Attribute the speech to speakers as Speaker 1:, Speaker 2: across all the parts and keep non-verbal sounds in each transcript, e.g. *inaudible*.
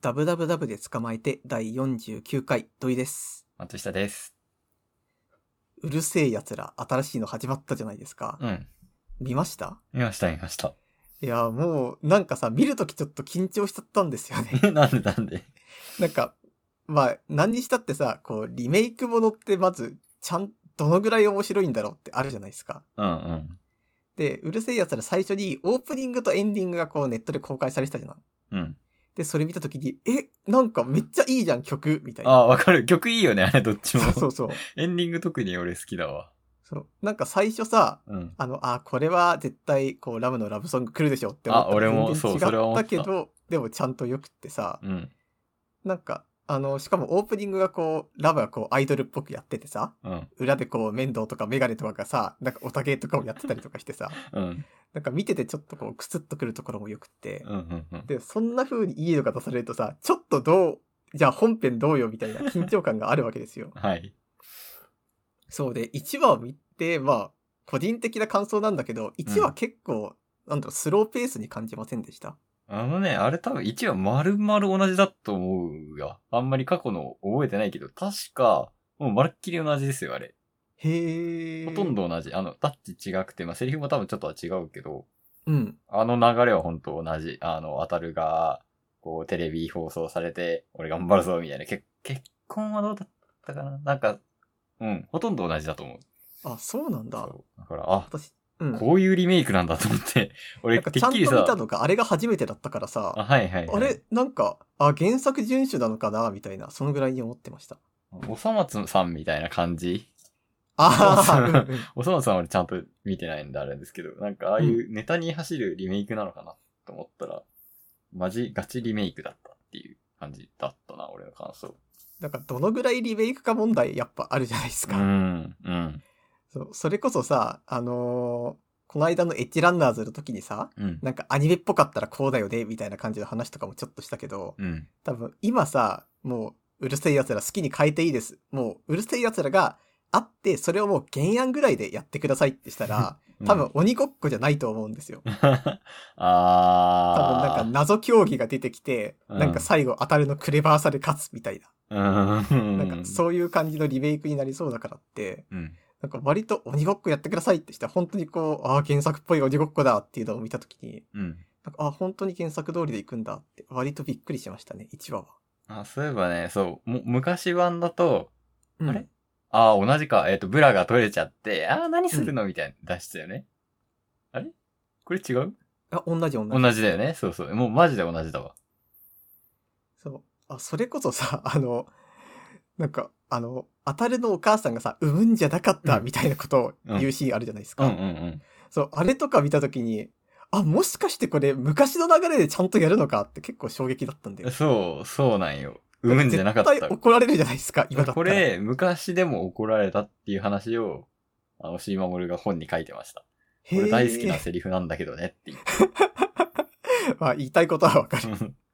Speaker 1: ダブダブダブで捕まえて第49回土井です。
Speaker 2: 松下です。
Speaker 1: うるせえ奴ら新しいの始まったじゃないですか。
Speaker 2: うん。
Speaker 1: 見ました
Speaker 2: 見ました、見ました。
Speaker 1: いや、もうなんかさ、見るときちょっと緊張しちゃったんですよね。
Speaker 2: えなんでなんで
Speaker 1: *laughs* なんか、まあ何にしたってさ、こうリメイクものってまずちゃん、どのぐらい面白いんだろうってあるじゃないですか。
Speaker 2: うんうん。
Speaker 1: で、うるせえ奴ら最初にオープニングとエンディングがこうネットで公開されてたじゃん。
Speaker 2: うん。
Speaker 1: で、それ見たときに、え、なんかめっちゃいいじゃん曲みたい
Speaker 2: あ
Speaker 1: な。
Speaker 2: あ、わかる。曲いいよね、あれ、どっちも
Speaker 1: そ。うそうそう。
Speaker 2: エンディング特に俺好きだわ。
Speaker 1: そうなんか最初さ、
Speaker 2: うん。
Speaker 1: あの、あ、これは絶対、こう、ラムのラブソング来るでしょって思ったら
Speaker 2: あ俺も
Speaker 1: 全然
Speaker 2: そう
Speaker 1: 違っ
Speaker 2: それは思
Speaker 1: た
Speaker 2: った
Speaker 1: けど、でもちゃんとよくってさ、
Speaker 2: うん。
Speaker 1: なんか、あの、しかもオープニングがこう、ラムがこう、アイドルっぽくやっててさ、
Speaker 2: うん。
Speaker 1: 裏でこう、面倒とかメガネとかがさ、なんかオタゲとかをやってたりとかしてさ、
Speaker 2: うん。
Speaker 1: なんか見ててちょっとこう、くすっとくるところもよくって
Speaker 2: う、ん。うんうん。。
Speaker 1: で、そんな風にいいのが出されるとさ、ちょっとどう、じゃあ本編どうよみたいな緊張感があるわけですよ
Speaker 2: はい。
Speaker 1: そうで、1話を見て、まあ、個人的な感想なんだけど、1話結構、なんだろう、スローペースに感じませんでした。
Speaker 2: あのね、あれ多分1話丸々同じだと思うが、あんまり過去の覚えてないけど、確か、もうまるっきり同じですよ、あれ。
Speaker 1: へえ。
Speaker 2: ほとん。ど同じ。あの、タッチ違くて、まあ、セリフも多分ちょっとは違うけど、
Speaker 1: うん。
Speaker 2: あの流れは本当同じ。あの、アタルが、こう、テレビ放送されて、俺頑張るぞ、みたいな。け結婚はどうだったかななんか、うん、ほとんど同じだと思う。
Speaker 1: あ、そうなんだ。
Speaker 2: そうだから、あ、
Speaker 1: 私、うん。
Speaker 2: こういうリメイクなんだと思って、
Speaker 1: な
Speaker 2: 俺、
Speaker 1: んか
Speaker 2: て
Speaker 1: ちゃ
Speaker 2: っ
Speaker 1: んと
Speaker 2: き
Speaker 1: 見
Speaker 2: りさ、
Speaker 1: たのが、あれが初めてだったから
Speaker 2: あ、
Speaker 1: さ、
Speaker 2: はいはい、はい。
Speaker 1: あれ、なんか、あ、原作遵守なのかなみたいな、そのぐらいに思ってま
Speaker 2: *laughs*
Speaker 1: した。
Speaker 2: おさまつさんみたいな感じ
Speaker 1: ああ、
Speaker 2: そう
Speaker 1: うんうん
Speaker 2: おさまつさんは俺ちゃんと見てないんであれですけど、なんかああいうネタに走るリメイクなのかなと思ったら、マジガチリメイクだったっていう感じだったな、俺の感想。
Speaker 1: なんか、どのぐらいリメイクか問題、やっぱあるじゃないです
Speaker 2: う
Speaker 1: か。
Speaker 2: ん、うん、
Speaker 1: そうそれこそさ、あのーこの間のエッジランナーズの時にさ、
Speaker 2: うん。
Speaker 1: なんかアニメっぽかったらこうだよね、みたいな感じの話とかもちょっとしたけど、
Speaker 2: うん。
Speaker 1: 多分今さ、もううるせえ奴ら好きに変えていいです。もううるせえ奴らがあって、それをもう原案ぐらいでやってくださいってしたら、多分鬼ごっこじゃないと思うんですよ。多分なん
Speaker 2: あ *laughs* あ
Speaker 1: か謎競技が出てきて、
Speaker 2: うん
Speaker 1: なんか最後当たるのクレバーさで勝つみたいな。
Speaker 2: うん。
Speaker 1: なんかそういう感じのリメイクになりそうだからって、
Speaker 2: うん。
Speaker 1: なんか割と鬼ごっこやってくださいってしたら本当にこう、ああ、原作っぽい鬼ごっこだっていうのを見たときに、
Speaker 2: うん。
Speaker 1: なんかああ、本当に原作通りでいくんだって、割とびっくりしましたね、1話は。
Speaker 2: あ、そういえばね、そう、も昔版だと、
Speaker 1: うん
Speaker 2: あれああ、同じか、えっ、と、ブラが取れちゃって、ああ、何するのみたいな出したよね。あれこれ違う
Speaker 1: あ、同じ同じ。
Speaker 2: 同じだよね。そうそう。もうマジで同じだわ。
Speaker 1: そう。あ、それこそさ、 *laughs* あの、なんか、あの、当たるのお母さんがさ、産むんじゃなかった
Speaker 2: うん
Speaker 1: みたいなことを言うシーンあるじゃないです
Speaker 2: う
Speaker 1: か。
Speaker 2: んうんうん。
Speaker 1: そう、あれとか見たときに、あ、もしかしてこれ昔の流れでちゃんとやるのかって結構衝撃だったんだよ。
Speaker 2: そう、そうなんよ。 *laughs* 産むんじゃなかった。
Speaker 1: 絶対怒られるじゃないですか、今だったら。
Speaker 2: これ、昔でも怒られたっていう話を、あの、シーマモルが本に書いてました。
Speaker 1: へー、 *laughs*
Speaker 2: 俺大好きなセリフなんだけどねっていう。
Speaker 1: まあ、言いたいことはわかる。
Speaker 2: うん *laughs*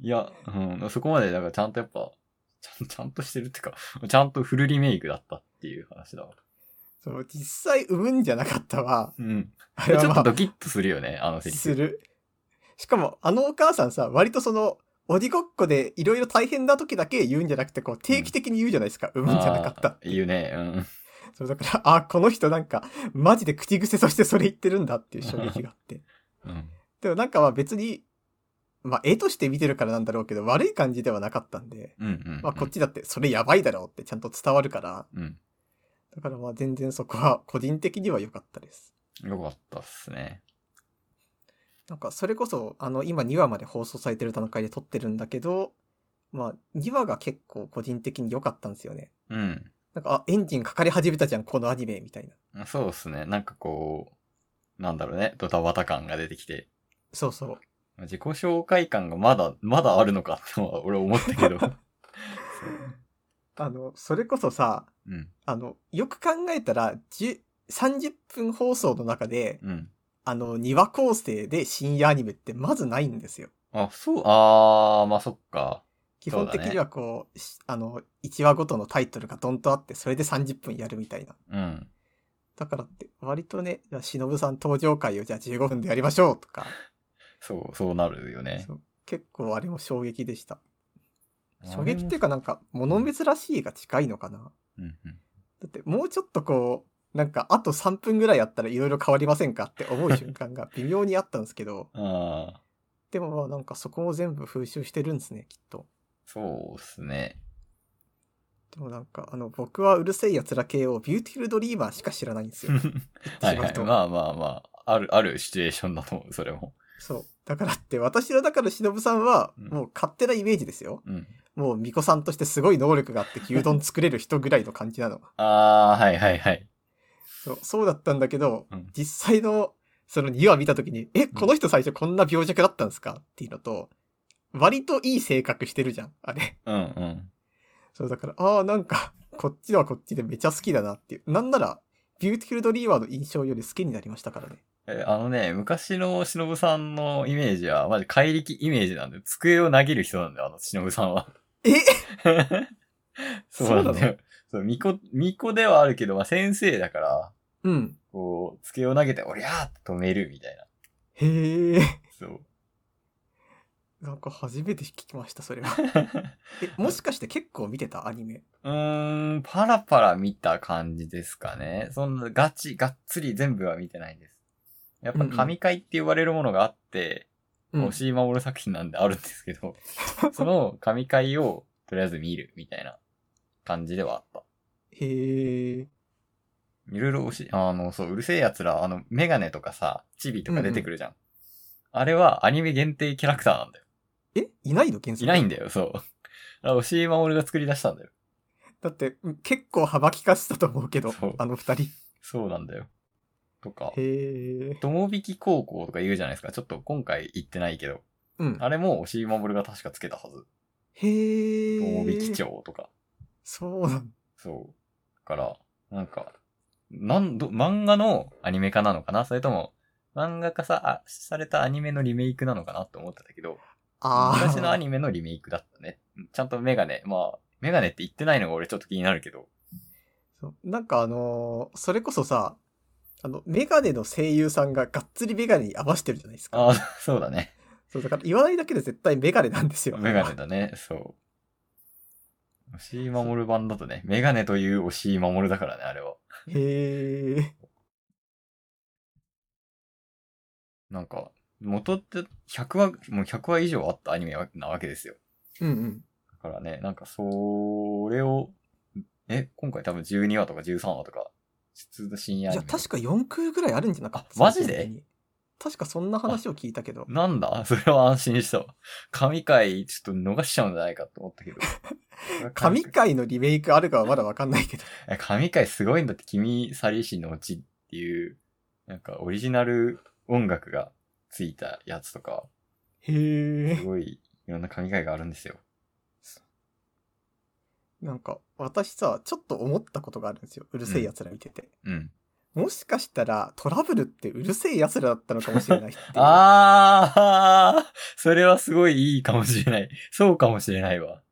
Speaker 2: いや、うん、そこまで、だからちゃんとやっぱ、ちゃんちゃんとしてるってか、ちゃんとフルリメイクだったっていう話だわ。
Speaker 1: そう、実際産むんじゃなかったは、
Speaker 2: うん。
Speaker 1: あ
Speaker 2: ち
Speaker 1: れは
Speaker 2: ょっ
Speaker 1: ま
Speaker 2: と
Speaker 1: あ、
Speaker 2: ドキッとするよね、あのセリ
Speaker 1: す
Speaker 2: フ。
Speaker 1: る。しかも、あのお母さんさ、割とその、鬼ごっこでいろいろ大変な時だけ言うんじゃなくて、こう、定期的に言うじゃないですか。産むんじゃなかったって。
Speaker 2: あー言うね、うん。
Speaker 1: そう、だから、あー、この人なんか、マジで口癖としてそれ言ってるんだっていう衝撃があって。
Speaker 2: うん。
Speaker 1: でもなんかまあ別に、まあ絵として見てるからなんだろうけど、悪い感じではなかったんで、
Speaker 2: うん、うん。
Speaker 1: まあこっちだってそれやばいだろうってちゃんと伝わるから、
Speaker 2: うん。
Speaker 1: だからまあ全然そこは個人的には良かったです。
Speaker 2: よかったっすね。
Speaker 1: なんかそれこそ、あの、今2話まで放送されてる段階で撮ってるんだけど、まあ2話が結構個人的に良かったんですよね。
Speaker 2: うん。
Speaker 1: なんか、あ、エンジンかかり始めたじゃん、このアニメ、みたいな。
Speaker 2: そうっすね。なんかこう、なんだろうね、ドタバタ感が出てきて、
Speaker 1: そうそう。
Speaker 2: 自己紹介感がまだ、まだあるのかってのは俺思っ
Speaker 1: *laughs*
Speaker 2: たけど。そう
Speaker 1: あの、それこそさ、
Speaker 2: うん、
Speaker 1: あの、よく考えたら、10 30分放送の中で、
Speaker 2: うん。
Speaker 1: あの、2話構成で深夜アニメってまずないんですよ。
Speaker 2: あ、そう、あー、まあそっか。
Speaker 1: 基本的にはこう、しあの、1話ごとのタイトルがドンとあって、それで30分やるみたいな。
Speaker 2: うん。
Speaker 1: だからって、割とね、じゃあ、しのぶさん登場回をじゃあ15分でやりましょうとか、
Speaker 2: そう、そうなるよね。
Speaker 1: そう結構あれも衝撃でした。
Speaker 2: うん。
Speaker 1: 衝撃っていうかなんか、物珍しいが近いのかな。
Speaker 2: うんうん。
Speaker 1: だってもうちょっとこう、なんかあと3分ぐらいやったらいろいろ変わりませんかって思う瞬間
Speaker 2: *laughs*
Speaker 1: が微妙にあったんですけど、
Speaker 2: ああ、
Speaker 1: でもまあなんかそこを全部風習してるんですね、きっと。
Speaker 2: そうっす *laughs* ね。
Speaker 1: でもなんかあの僕はうるせえ奴ら系をビューティフルドリーマーしか知らないんですよ。
Speaker 2: *laughs* はいは
Speaker 1: しまう
Speaker 2: い。
Speaker 1: と
Speaker 2: まあまあまあ、ある、あるシチュエーションだと思う、それも。
Speaker 1: そう。だからって私の中の忍さんは
Speaker 2: うん
Speaker 1: もう勝手なイメージですよ。
Speaker 2: うん。
Speaker 1: もう巫女さんとしてすごい能力があって牛丼作れる人ぐらいの感じなの。
Speaker 2: ああ、はいはいはい。
Speaker 1: そうそうだったんだけど、
Speaker 2: うん
Speaker 1: 実際のその2話見た時に、え、この人最初こんな病弱だったんですかっていうのと、割といい性格してるじゃん、あれ。 *laughs*
Speaker 2: うんうん。
Speaker 1: そうだから、ああ、なんか、こっちはこっちでめちゃ好きだなっていう。なんなら、ビューティフルドリーマーの印象より好きになりましたからね。
Speaker 2: えあのね、昔の忍さんのイメージは、まじ怪力イメージなんで、机を投げる人なんだよ、あの忍さんは。
Speaker 1: え
Speaker 2: そ
Speaker 1: そ
Speaker 2: うなん
Speaker 1: うな
Speaker 2: だよ。そう、巫女、巫女ではあるけど、まあ、先生だから、
Speaker 1: うん。
Speaker 2: こう、机を投げて、おりゃーって止めるみたいな。
Speaker 1: へえ。
Speaker 2: そう。
Speaker 1: なんか初めて聞きました、それ
Speaker 2: *laughs*
Speaker 1: は。え、もしかして結構見てたアニメ。
Speaker 2: うーん、パラパラ見た感じですかね。そんなガチ、がっつり全部は見てないです。やっぱ
Speaker 1: うんうん
Speaker 2: 神回って言われるものがあって、
Speaker 1: うん
Speaker 2: 押井守作品なんであるんですけ
Speaker 1: *laughs*
Speaker 2: ど、その神回をとりあえず見るみたいな感じではあった。
Speaker 1: へえ。
Speaker 2: いろいろ押し、あの、そう、うるせえ奴ら、あの、メガネとかさ、チビとか出てくるじゃん。あれはアニメ限定キャラクターなんだよ。
Speaker 1: え、いないの原作
Speaker 2: いないんだよ、そう。あ押井守が作り出したんだよ。
Speaker 1: だって、うん結構幅利かしたと思うけど
Speaker 2: そう、
Speaker 1: あの二人。
Speaker 2: そうなんだよ。とか。
Speaker 1: へえ。
Speaker 2: 友引高校とか言うじゃないですか。ちょっと今回行ってないけど。
Speaker 1: うん。
Speaker 2: あれも押井守が確かつけたはず。
Speaker 1: へえ。
Speaker 2: 友引町とか。
Speaker 1: そうなん
Speaker 2: そう。だから、なんか、なんど、漫画のアニメ化なのかなそれとも、漫画化さ、あされたアニメのリメイクなのかなって思ってたけど、
Speaker 1: ああ。
Speaker 2: 昔のアニメのリメイクだったね。うんちゃんとメガネ、まあ、メガネって言ってないのが俺ちょっと気になるけど。
Speaker 1: そうなんかあのーそれこそさ、あの、メガネの声優さんががっつりメガネに合わせてるじゃないですか。
Speaker 2: ああ、そうだね。
Speaker 1: そう、だから言わないだけで絶対メガネなんですよ。
Speaker 2: メガネだね、そう。押井守版だとね、メガネという押井守だからね、あれは。
Speaker 1: へえ。
Speaker 2: なんか、元って100話、もう100話以上あったアニメなわけですよ。
Speaker 1: うんうん。
Speaker 2: だからね、なんかそれを、え、今回多分12話とか13話とか、普通の深夜ア
Speaker 1: い
Speaker 2: ニ
Speaker 1: や、
Speaker 2: メ。
Speaker 1: 確か4空ぐらいあるんじゃなかった
Speaker 2: あマジで
Speaker 1: 全体に確かそんな話を聞いたけど。。
Speaker 2: なんだ *laughs* それは安心したわ。神回ちょっと逃しちゃうんじゃないかと思ったけど
Speaker 1: *laughs* 神回のリメイクあるかはまだわかんないけど。
Speaker 2: え神回すごいんだって、君、サリーシのうちっていう、なんかオリジナル音楽がついたやつとか、
Speaker 1: へ
Speaker 2: す
Speaker 1: え。
Speaker 2: ごいいろんな神回があるんですよ。
Speaker 1: なんか、私さ、ちょっと思ったことがあるんですよ。うるせえ奴ら見てて。
Speaker 2: うん。
Speaker 1: もしかしたら、トラブルってうるせえ奴らだったのかもしれ
Speaker 2: *laughs*
Speaker 1: ないっていう
Speaker 2: ああそれはすごいいいかもしれない。 *laughs* そうかもしれないわ。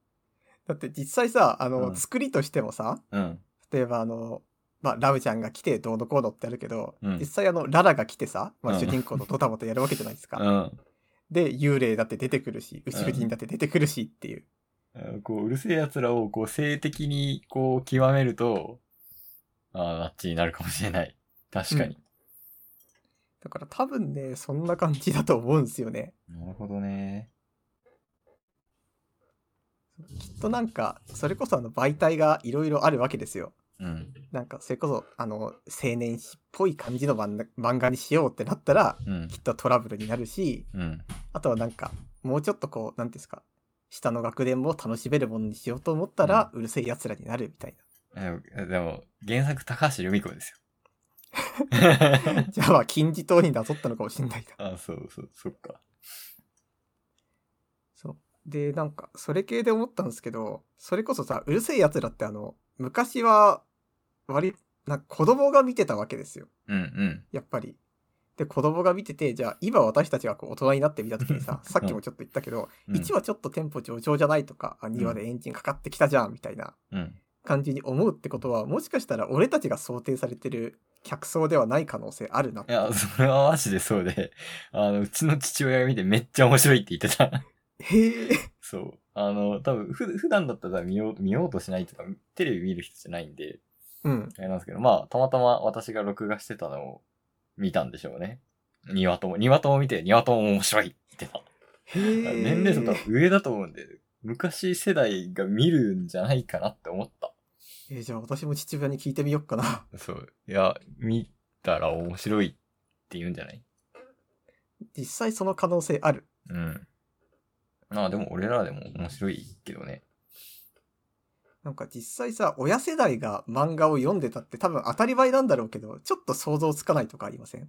Speaker 1: だって実際さ、あの、
Speaker 2: うん
Speaker 1: 作りとしてもさ、
Speaker 2: うん。
Speaker 1: 例えばあの、まあ、ラブちゃんが来てどうのこうのってあるけど、
Speaker 2: うん
Speaker 1: 実際あの、ララが来てさ、ま
Speaker 2: う
Speaker 1: あ、
Speaker 2: ん
Speaker 1: 主人公のドタバタやるわけじゃないですか。
Speaker 2: うん。
Speaker 1: で、幽霊だって出てくるし、宇宙人だって出てくるしっていう。
Speaker 2: うんこう、うるせえ奴らを、こう、性的に、こう、極めると、ああ、あっちになるかもしれない。確かに。
Speaker 1: だから多分ね、そんな感じだと思うんですよね。
Speaker 2: なるほどね。
Speaker 1: きっとなんか、それこそあの、媒体がいろいろあるわけですよ。
Speaker 2: うん。
Speaker 1: なんか、それこそ、あの、青年誌っぽい感じの漫画漫画にしようってなったら、
Speaker 2: うん
Speaker 1: き。っとトラブルになるし、
Speaker 2: うん。
Speaker 1: あとはなんか、もうちょっとこう、なんていうんですか、下の学年も楽しめるものにしようと思ったら、うるせえ奴らになるみたい
Speaker 2: えでも、原作高橋留美子です *laughs* よ。
Speaker 1: な。 *laughs* じゃあ、金字塔になぞったのかもしんないな。
Speaker 2: あそうそう、そっか。
Speaker 1: そう。で、なんか、それ系で思ったんですけど、それこそさ、うるせえ奴らってあの、昔は、割り、なんか子供が見てたわけですよ。
Speaker 2: うんうん。
Speaker 1: やっぱり。で、子供が見てて、じゃあ、今私たちがこう大人になってみた時にさ、さっきもちょっと言ったけど、
Speaker 2: うん
Speaker 1: 1話ちょっとテンポ上々じゃないとか、あ2話でエンジンかかってきたじゃん、みたいな。
Speaker 2: うん。
Speaker 1: 感じに思うってことはもしかしたら俺たちが想定されてる客層ではない可能性あるない
Speaker 2: や、それはマジでそうで、あの、うちの父親が見てめっちゃ面白いって言ってた。 *laughs*
Speaker 1: へえ。
Speaker 2: そう。あの、多分ふ、普段だったら見よう、見ようとしないとか、テレビ見る人じゃないんで、
Speaker 1: うん。
Speaker 2: あれなんですけど、まあ、たまたま私が録画してたのを見たんでしょうね。ニワトも、ニワトも見て、ニワトも面白いってな。
Speaker 1: へえ。
Speaker 2: 年齢層多分上だと思うんで、昔世代が見るんじゃないかなって思った。
Speaker 1: えーじゃあ私も父親に聞いてみよっかな。
Speaker 2: そう。いや、見たら面白いって言うんじゃない
Speaker 1: 実際その可能性ある。
Speaker 2: うん。まあでも俺らでも面白いけどね。
Speaker 1: なんか実際さ、親世代が漫画を読んでたって多分当たり前なんだろうけど、ちょっと想像つかないとかありません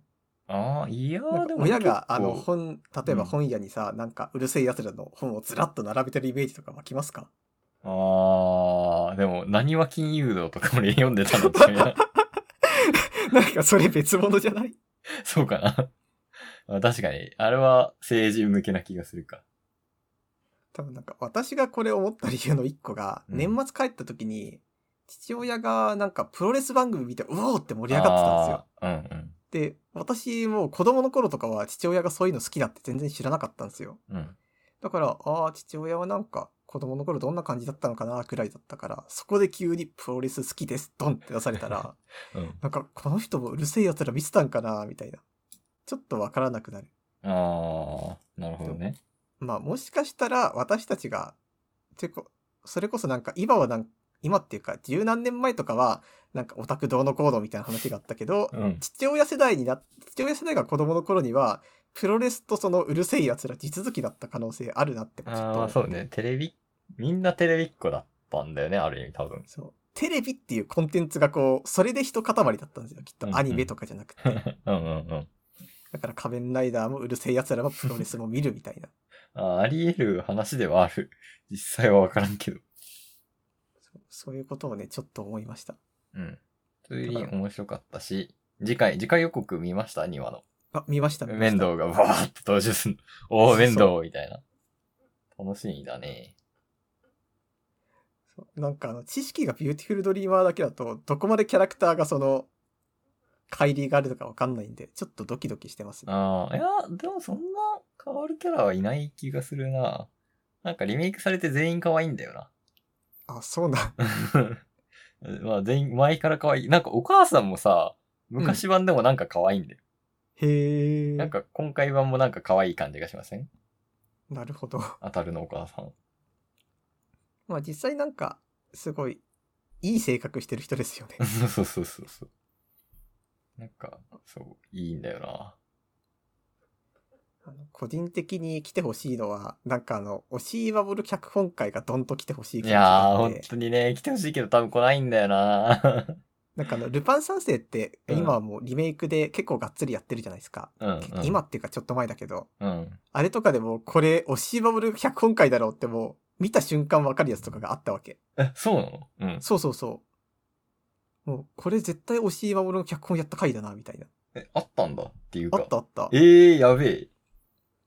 Speaker 2: ああ、いや
Speaker 1: な
Speaker 2: ー
Speaker 1: ん
Speaker 2: で
Speaker 1: か
Speaker 2: も
Speaker 1: 親があの
Speaker 2: 結構
Speaker 1: 本、例えば本屋にさ、なんかうるせえ奴らの本をずらっと並べてるイメージとか湧きますか
Speaker 2: ああ、でも、何は金融道とか俺読んでたのっ
Speaker 1: *laughs*
Speaker 2: てね
Speaker 1: なんかそれ別物じゃない
Speaker 2: そうかな。あ確かに、あれは成人向けな気がするか。
Speaker 1: 多分なんか私がこれを思った理由の一個が、
Speaker 2: うん
Speaker 1: 年末帰った時に、父親がなんかプロレス番組見て、うおーって盛り上がってたんですよ。
Speaker 2: ですよ。
Speaker 1: で、私もう子供の頃とかは父親がそういうの好きだって全然知らなかったんですよ。
Speaker 2: うんうん。うん。
Speaker 1: だから、ああ、父親はなんか子供の頃どんな感じだったのかなくらいだったから、そこで急にプロレス好きです、ドンって出された
Speaker 2: *laughs*
Speaker 1: ら、
Speaker 2: うん。
Speaker 1: なんかこの人もうるせえ奴ら見てたんかなみたいな。ちょっとわからなくなる。
Speaker 2: ああ、なるほどね。
Speaker 1: まあもしかしたら私たちが、てこ、それこそなんか今はなん今っていうか十何年前とかは、なんかオタクどうのこうのみたいな話があったけど、
Speaker 2: うん。
Speaker 1: 父親世代にな、父親世代が子供の頃には、プロレスとそのうるせえ奴ら地続きだった可能性あるなってちょっと。
Speaker 2: ああ、そうね。テレビ、みんなテレビっ子だったんだよね、ある意味多分。
Speaker 1: そう。テレビっていうコンテンツがこう、それで一塊だったんですよ。きっ
Speaker 2: うんうん
Speaker 1: とアニメとかじゃな
Speaker 2: *laughs*
Speaker 1: くて。
Speaker 2: うんうんうん。
Speaker 1: だから仮面ライダーもうるせえ奴らもプロレスも見るみたいな。
Speaker 2: あーあり得る話ではある。 *laughs* 実際はわからんけど。
Speaker 1: そうそういうことをね、ちょっと思いました。
Speaker 2: うん。普通に面白かったし、次回、次回予告見ました ?2 話の。
Speaker 1: あ、見ました、見ま
Speaker 2: 面
Speaker 1: した。
Speaker 2: 倒がわーっと登場するの。おー、面
Speaker 1: そ
Speaker 2: 倒みたいな。楽しみだね。
Speaker 1: そうなんかあの、知識がビューティフルドリーマーだけだと、どこまでキャラクターがその、乖離があるのかわかんないんで、ちょっとドキドキしてますね。
Speaker 2: ああ、いや、でもそんな変わるキャラはいない気がするな。なんかリメイクされて全員可愛いんだよな。 *laughs*
Speaker 1: あ、そうなん。
Speaker 2: まあ全員、前から可愛い。なんかお母さんもさ、昔版でもなんか可愛いんだよ。
Speaker 1: へえ。
Speaker 2: なんか今回版もなんか可愛い感じがしません
Speaker 1: なるほど。 *laughs*
Speaker 2: 当たるのお母さん。 *laughs*
Speaker 1: まあ実際なんか、すごい、いい性格してる人ですよね。
Speaker 2: そうそうそうそうそう。なんか、そう、いいんだよな。
Speaker 1: あの個人的に来てほしいのは、なんかあの、押井守脚本会がどんと来てほしい
Speaker 2: い
Speaker 1: 感じが
Speaker 2: やー、
Speaker 1: あっ
Speaker 2: 本
Speaker 1: て、
Speaker 2: 当にね、来てほしいけど多分来ないんだよな。
Speaker 1: なんかあの、ルパン三世って、
Speaker 2: うん
Speaker 1: 今はもうリメイクで結構がっつりやってるじゃないですか。
Speaker 2: うん、うん。
Speaker 1: 今っていうかちょっと前だけど、
Speaker 2: うん。
Speaker 1: あれとかでも、これ、押井守脚本会だろうってもう、見た瞬間わかるやつとかがあったわけ。
Speaker 2: え、そうなのうん。
Speaker 1: そうそうそう。もう、これ絶対押井守の脚本やった回だな、みたいな。
Speaker 2: え、あったんだっていう
Speaker 1: あ
Speaker 2: か。
Speaker 1: ったあった。
Speaker 2: ええー、やべえ。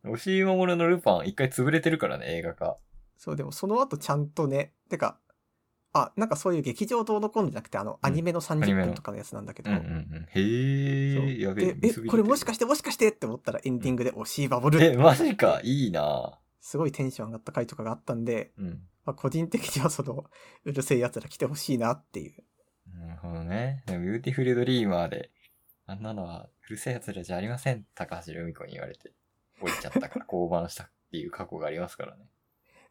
Speaker 2: 押井守のルパン一回潰れてるからね、映画化。
Speaker 1: そう、でもその後ちゃんとね、てか、あ、なんかそういう劇場どうのこうのじゃなくて、あの、アニメの
Speaker 2: アニメ
Speaker 1: 30
Speaker 2: の
Speaker 1: 分とかのやつなんだけど、
Speaker 2: うんうんうん。へえ、
Speaker 1: そ
Speaker 2: や
Speaker 1: う
Speaker 2: べえ
Speaker 1: で。え、これもしか
Speaker 2: し
Speaker 1: してもしかしてって思ったらエンディングで押しバブ
Speaker 2: え、
Speaker 1: ル。
Speaker 2: マジか、いいな
Speaker 1: すごいテンション上がった回とかがあったんで、
Speaker 2: うん。
Speaker 1: まあ、個人的にはその、うるせえ奴ら来てほしいなっていう。
Speaker 2: なるほどね。でもビューティフルドリーマーで、あんなのはうるせえ奴らじゃありません。高橋留美子に言われて、降りちゃったから降板したっていう過去がありますからね。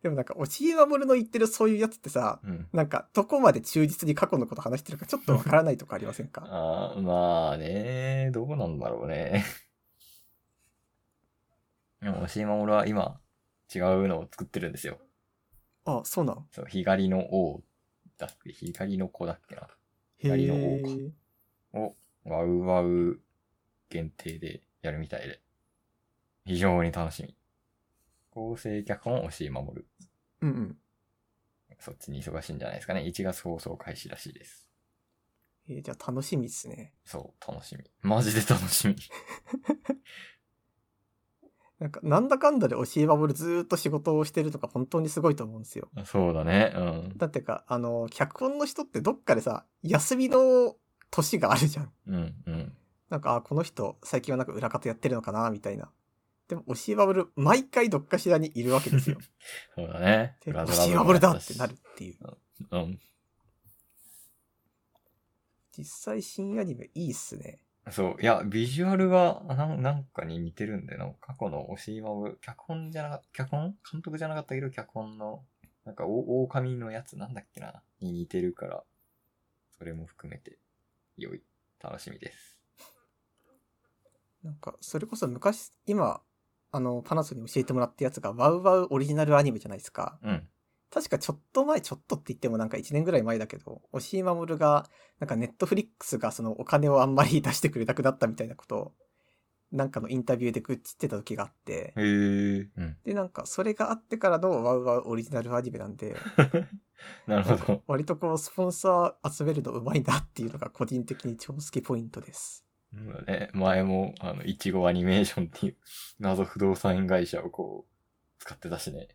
Speaker 1: でもなんか、押しバブルの言ってるそういうやつってさ、
Speaker 2: うん。
Speaker 1: なんか、どこまで忠実に過去のこと話してるかちょっとわからないとかありません
Speaker 2: *laughs*
Speaker 1: か
Speaker 2: ああ、まあね、どうなんだろうね。 *laughs* でも、押井守は今、違うのを作ってるんですよ。
Speaker 1: あ、そうなん。
Speaker 2: そう、光の王だっけ光の子だっけな。
Speaker 1: へ
Speaker 2: 光の王か
Speaker 1: え。
Speaker 2: を、ワウワウ限定でやるみたいで。非常に楽しみ。構成脚本を押井守る。
Speaker 1: うんうん。
Speaker 2: そっちに忙しいんじゃないですかね。1月放送開始らしいです。
Speaker 1: えーじゃあ楽しみっすね。
Speaker 2: そう、楽しみ。マジで楽しみ。 *laughs*
Speaker 1: なんか、なんだかんだで教えバブルずーっと仕事をしてるとか本当にすごいと思うんですよ。
Speaker 2: あそうだね。うん。
Speaker 1: だってか、あの、脚本の人ってどっかでさ、休みの年があるじゃん。
Speaker 2: うん、うん。
Speaker 1: なんか、あこの人、最近はなんか裏方やってるのかな、みたいな。でも、押しバブル、毎回どっかしらにいるわけですよ。
Speaker 2: *laughs* そうだね。
Speaker 1: で
Speaker 2: ラ
Speaker 1: 押
Speaker 2: ドラ
Speaker 1: し
Speaker 2: ド
Speaker 1: バ
Speaker 2: も
Speaker 1: ブルだ
Speaker 2: や
Speaker 1: ってなるっていう。
Speaker 2: し。うん。
Speaker 1: 実際、新アニメいいっすね。
Speaker 2: そう。いや、ビジュアルがなんなんかに似てるんだよな。過去の押しまぶ、脚本じゃなかった、脚本監督じゃなかったけど、脚本の、なんか、お、狼のやつなんだっけな。に似てるから、それも含めて、良い。楽しみです。
Speaker 1: なんか、それこそ昔、今、あの、パナソに教えてもらったやつが、ワウワウオリジナルアニメじゃないですか。
Speaker 2: うん。
Speaker 1: 確かちょっと前、ちょっとって言ってもなんか1年ぐらい前だけど、押井守が、なんかネットフリックスがそのお金をあんまり出してくれなくなったみたいなことを、なんかのインタビューで愚痴ってた時があって、
Speaker 2: へえ。うん。
Speaker 1: で、なんかそれがあってからのワウワウオリジナルアニメなんで、
Speaker 2: なるほど。
Speaker 1: 割とこうスポンサー集めるのうまいなっていうのが個人的に超好きポイントです。
Speaker 2: そうだね、前も、あの、いちごアニメーションっていう謎不動産会社をこう、使ってたしね。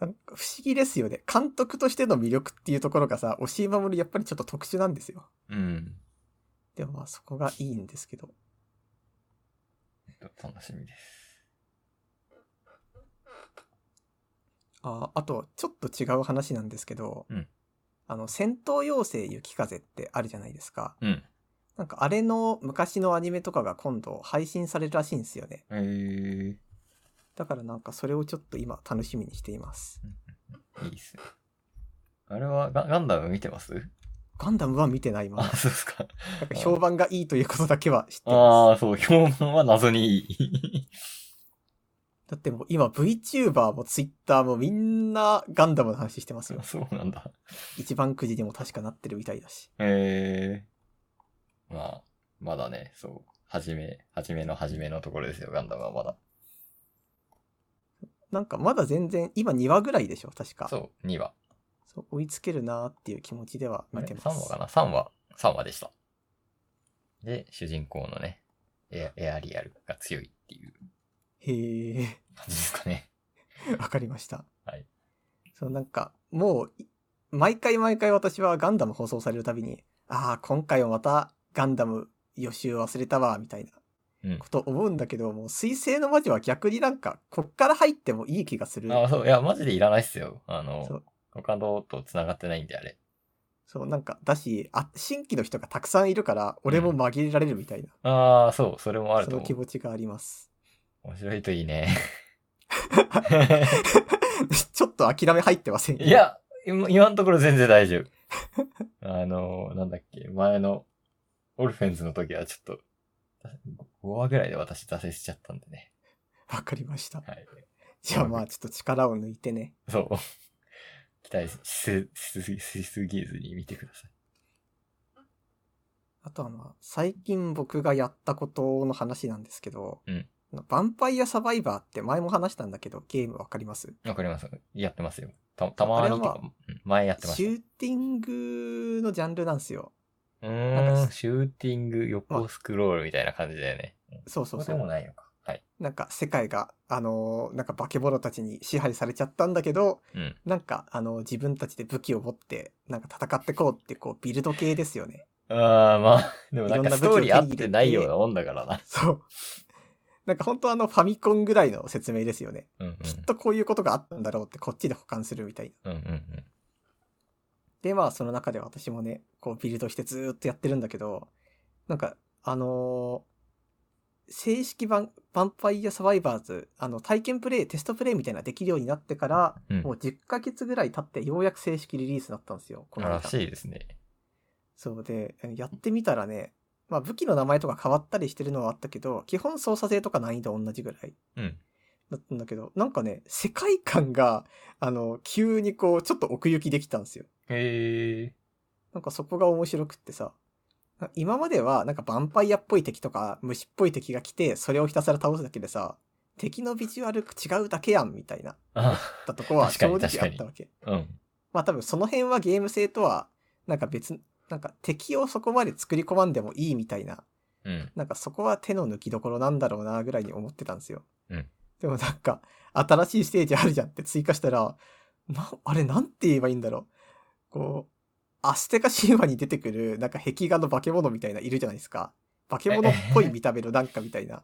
Speaker 1: なんか不思議ですよね。監督としての魅力っていうところがさ、押井守やっぱりちょっと特殊なんですよ。
Speaker 2: うん。
Speaker 1: でもまあそこがいいんですけど。
Speaker 2: 楽しみです。
Speaker 1: ああと、ちょっと違う話なんですけど、
Speaker 2: うん
Speaker 1: あの、戦闘妖精雪風ってあるじゃないですか。
Speaker 2: うん。
Speaker 1: なんかあれの昔のアニメとかが今度配信されるらしいんですよね。
Speaker 2: えー、
Speaker 1: だからなんかそれをちょっと今楽しみにしています。
Speaker 2: いいっすね。あれはガ、ガンダム見てます
Speaker 1: ガンダムは見てないま
Speaker 2: あ *laughs*
Speaker 1: だ、
Speaker 2: そうっ
Speaker 1: *laughs*
Speaker 2: すか。
Speaker 1: なんか評判がいいということだけは知って
Speaker 2: あ
Speaker 1: ま
Speaker 2: あ、そう、評判は謎にいい。 *laughs*
Speaker 1: す。だってもう今 VTuber も Twitter もみんなガンダムの話してますよ。
Speaker 2: そうなんだ。
Speaker 1: 一番くじにも確かなってるみたいだし。
Speaker 2: ええー。まあ、まだね、そう。はじめ、はじめのはじめのところですよ、ガンダムはまだ。
Speaker 1: なんかまだ全然、今2話ぐらいでしょ、確か。
Speaker 2: そう、2話。
Speaker 1: そう追いつけるなーっていう気持ちでは見てます。
Speaker 2: 3話かな ?3 話。3話でした。で、主人公のね、エアエアリアルが強いっていう
Speaker 1: へえ。
Speaker 2: 感じですかね。
Speaker 1: *laughs* わかりました。
Speaker 2: はい。
Speaker 1: そう、なんか、もう、い毎回毎回私はガンダム放送されるたびに、ああ、今回はまたガンダム予習忘れたわ、みたいな
Speaker 2: うん
Speaker 1: こと思うんだけど、もう、水星の魔女は逆になんか、こっから入ってもいい気がする。
Speaker 2: あ、そう、いや、マジでいらないっすよ。あ
Speaker 1: そ
Speaker 2: の
Speaker 1: う、
Speaker 2: 他のと繋がってないんで、あれ。
Speaker 1: そう、なんか、だし、あ、新規の人がたくさんいるから、俺も紛れられるみたいな、
Speaker 2: ああ、そう、それもある
Speaker 1: そ
Speaker 2: と
Speaker 1: の
Speaker 2: 思
Speaker 1: 気
Speaker 2: う。
Speaker 1: 持ちがあります。 *laughs*
Speaker 2: 面白いといいね。
Speaker 1: ちょっと諦め入ってません
Speaker 2: い、や、今今のところ全然大丈夫。あの、なんだっけ、前の、オルフェンズの時はちょっと、5話ぐらいで私挫折しちゃったんでね。
Speaker 1: わかりました。
Speaker 2: はい。
Speaker 1: じゃあまあ、ちょっと力を抜いてね。
Speaker 2: そう。期待しすしすぎしすぎずに見てください。
Speaker 1: あとはまあ、最近僕がやったことの話なんですけど、
Speaker 2: うん
Speaker 1: あのヴァンパイアサバイバーって前も話したんだけど、ゲームわかります
Speaker 2: わかります。やってますよ。たたまにと
Speaker 1: あれは
Speaker 2: か、うん前やってま
Speaker 1: シ
Speaker 2: し
Speaker 1: ューティングのジャンルなんですよ。
Speaker 2: た。う
Speaker 1: なん
Speaker 2: ーん、
Speaker 1: か
Speaker 2: シューティング横スクロールみたいな感じだよね。
Speaker 1: そうそうそ
Speaker 2: でも
Speaker 1: う。
Speaker 2: ないのか。はい。
Speaker 1: なんか世界が、あのーなんか化け物たちに支配されちゃったんだけど、
Speaker 2: うん。
Speaker 1: なんかあのー自分たちで武器を持って、なんか戦ってこうってこう、ビルド系ですよね。
Speaker 2: ああ、まあ、でもなん
Speaker 1: いろんな
Speaker 2: か
Speaker 1: 武器
Speaker 2: ストーリー合っ
Speaker 1: を手に入れて
Speaker 2: てないようなもんだからな。
Speaker 1: そう。なんか本当あのファミコンぐらいの説明ですよね。
Speaker 2: うんうん。
Speaker 1: きっとこういうことがあったんだろうってこっちで保管するみたいな。
Speaker 2: うんうん
Speaker 1: で、まあ、その中で私もね、こう、ビルドしてずーっとやってるんだけど、なんか、あのー正式版、ヴァンパイアサバイバーズ、あの、体験プレイ、テストプレイみたいなできるようになってから、
Speaker 2: うん。
Speaker 1: もう10ヶ月ぐらい経って、ようやく正式リリースだったんですよ、こ
Speaker 2: うん、
Speaker 1: の間
Speaker 2: ら。しいですね。
Speaker 1: そうで、やってみたらね、まあ、武器の名前とか変わったりしてるのはあったけど、基本操作性とか難易度同じぐらい。
Speaker 2: うん。
Speaker 1: だったんだけど、なんかね、世界観が、あの、急にこう、ちょっと奥行きできたんですよ。
Speaker 2: へえ。
Speaker 1: なんかそこが面白くってさ、今まではなんかヴァンパイアっぽい敵とか虫っぽい敵が来て、それをひたすら倒すだけでさ、敵のビジュアル違うだけやんみたいな、
Speaker 2: あ
Speaker 1: だとこは
Speaker 2: 確か
Speaker 1: 正
Speaker 2: に
Speaker 1: 直
Speaker 2: 確か
Speaker 1: あ
Speaker 2: に
Speaker 1: ったわけ。
Speaker 2: うん。
Speaker 1: まあ多分その辺はゲーム性とは、なんか別、なんか敵をそこまで作り込まんでもいいみたいな、
Speaker 2: うん。
Speaker 1: なんかそこは手の抜きどころなんだろうなぐらいに思ってたんですよ。
Speaker 2: うん
Speaker 1: でもなんか、新しいステージあるじゃんって追加したら、な、あれなんて言えばいいんだろう。こう、アステカ神話に出てくる、なんか壁画の化け物みたいないるじゃないですか。化け物っぽい見た目のなんかみたいな。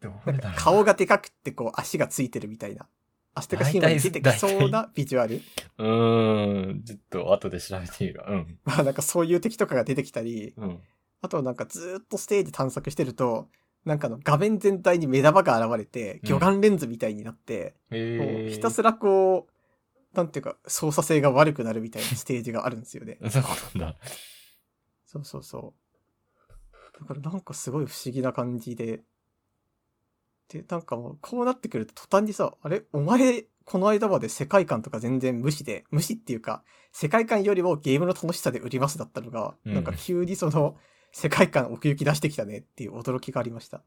Speaker 2: ど
Speaker 1: な
Speaker 2: れ
Speaker 1: ん
Speaker 2: だ
Speaker 1: か
Speaker 2: ろう
Speaker 1: 顔がでかくってこう足がついてるみたいな。アステカ神話に出てきそうなビジュアル。
Speaker 2: うーん。ちょっと後で調べてみるわ。うん。
Speaker 1: まあなんかそういう敵とかが出てきたり、
Speaker 2: うん。
Speaker 1: あとなんかずーっとステージ探索してると、なんかあの画面全体に目玉が現れて、魚眼レンズみたいになって、こう
Speaker 2: えー。
Speaker 1: ひたすらこう、なんていうか操作性が悪くなるみたいなステージがあるんです
Speaker 2: *laughs*
Speaker 1: よね。
Speaker 2: そうなんだ。
Speaker 1: そうそうそう。だからなんかすごい不思議な感じで。で、なんかもうこうなってくると途端にさ、あれお前、この間まで世界観とか全然無視で、無視っていうか、世界観よりもゲームの楽しさで売りますだったのが、
Speaker 2: うん
Speaker 1: なんか急にその、世界観奥行き出してきたねっていう驚きがありました。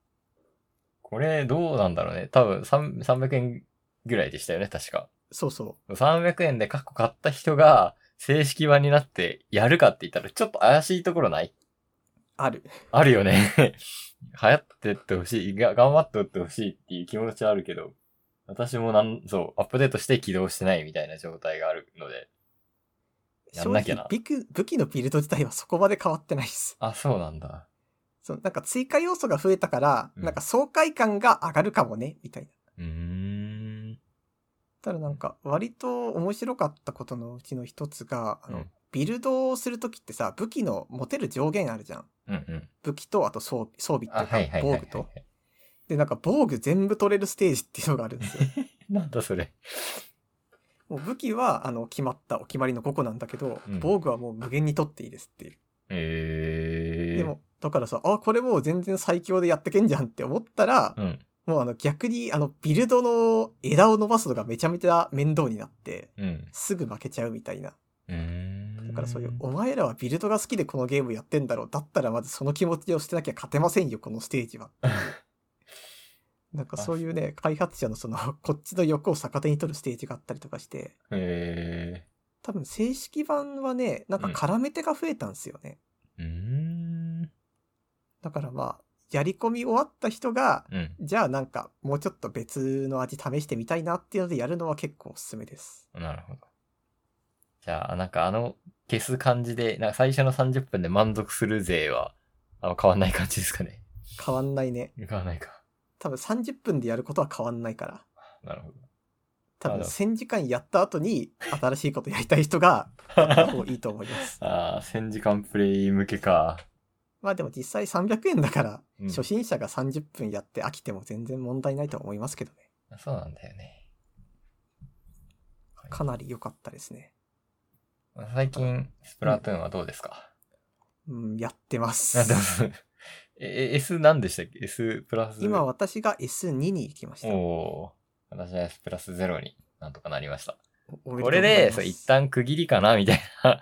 Speaker 2: これどうなんだろうね。多分3 300円ぐらいでしたよね、確か。
Speaker 1: そうそ、
Speaker 2: 300円で過去買った人が正式版になってやるかって言ったらちょっと怪しいところないう
Speaker 1: ある。
Speaker 2: あるよね。 *laughs* 流行ってってほしい。が、頑張ってってほしいっていう気持ちはあるけど、私もなん、そう、アップデートして起動してないみたいな状態があるので。やんなきゃな
Speaker 1: 正直武器武器のビルド自体はそこまで変わってないです。
Speaker 2: あ、そうなんだ。
Speaker 1: そう、なんか追加要素が増えたから、
Speaker 2: うん
Speaker 1: なんか爽快感が上がるかもね、みたいな。
Speaker 2: うーん。
Speaker 1: ただなんか割と面白かったことのうちの一つが、あ
Speaker 2: う
Speaker 1: の
Speaker 2: ん
Speaker 1: ビルドをするときってさ武器の持てる上限あるじゃん
Speaker 2: うんうん。
Speaker 1: 武器とあと装備装備
Speaker 2: あ、
Speaker 1: って
Speaker 2: はい
Speaker 1: いう
Speaker 2: は
Speaker 1: か
Speaker 2: いはいは
Speaker 1: 防
Speaker 2: い
Speaker 1: 具とでなんか防具全部取れるステージっていうのがあるん
Speaker 2: *laughs*
Speaker 1: ですよ
Speaker 2: なんだそれ。
Speaker 1: もう武器はあの決まったお決まりの5個なんだけど、
Speaker 2: うん
Speaker 1: 防具はもう無限に取っていいですっていう
Speaker 2: えー。
Speaker 1: でもだからさあこれもう全然最強でやってけんじゃんって思ったら
Speaker 2: う、ん。
Speaker 1: もうあの逆にあのビルドの枝を伸ばすのがめちゃめちゃ面倒になって
Speaker 2: うん。
Speaker 1: すぐ負けちゃうみたいな
Speaker 2: うーん。
Speaker 1: だからそういう、お前らはビルドが好きでこのゲームやってんだろう。だったらまずその気持ちを捨てなきゃ勝てませんよ、このステージ *laughs* は。なんかそういうね、開発者のその、こっちの欲を逆手に取るステージがあったりとかして、
Speaker 2: え
Speaker 1: 多分正式版はね、なんか絡め手が増えたんですよね。
Speaker 2: ー。うーん。
Speaker 1: だからまあ、やり込み終わった人が、
Speaker 2: うん。
Speaker 1: じゃあなんかもうちょっと別の味試してみたいなっていうのでやるのは結構おすすめです。
Speaker 2: なるほど。じゃあ、なんかあの、消す感じで、なんか最初の30分で満足する勢は、あの変わんない感じですかね。 *laughs*
Speaker 1: 変わんないね。
Speaker 2: 変わんないか。
Speaker 1: 多分30分でやることは変わんないから。
Speaker 2: なるほど。
Speaker 1: 多分
Speaker 2: あの
Speaker 1: 1000時間やった後に新しいことやりたい人
Speaker 2: *laughs*
Speaker 1: がやった方がいいと思います。
Speaker 2: ああ、1000時間プレイ向けか。
Speaker 1: まあでも実際300円だから、
Speaker 2: うん
Speaker 1: 初心者が30分やって飽きても全然問題ないと思いますけどね。
Speaker 2: そうなんだよね。
Speaker 1: かなり良かったですね。
Speaker 2: 最近、スプラトゥーンはどうですか、
Speaker 1: うん、やってます
Speaker 2: あ。でも *laughs* え、え S 何でしたっけ ?S プラス
Speaker 1: 今私が S2 に行きました。
Speaker 2: おー私は S プラス0になんとかなりました。
Speaker 1: おめ
Speaker 2: こ
Speaker 1: とうござ
Speaker 2: れ
Speaker 1: います
Speaker 2: で、そう、一旦区切りかなみたいな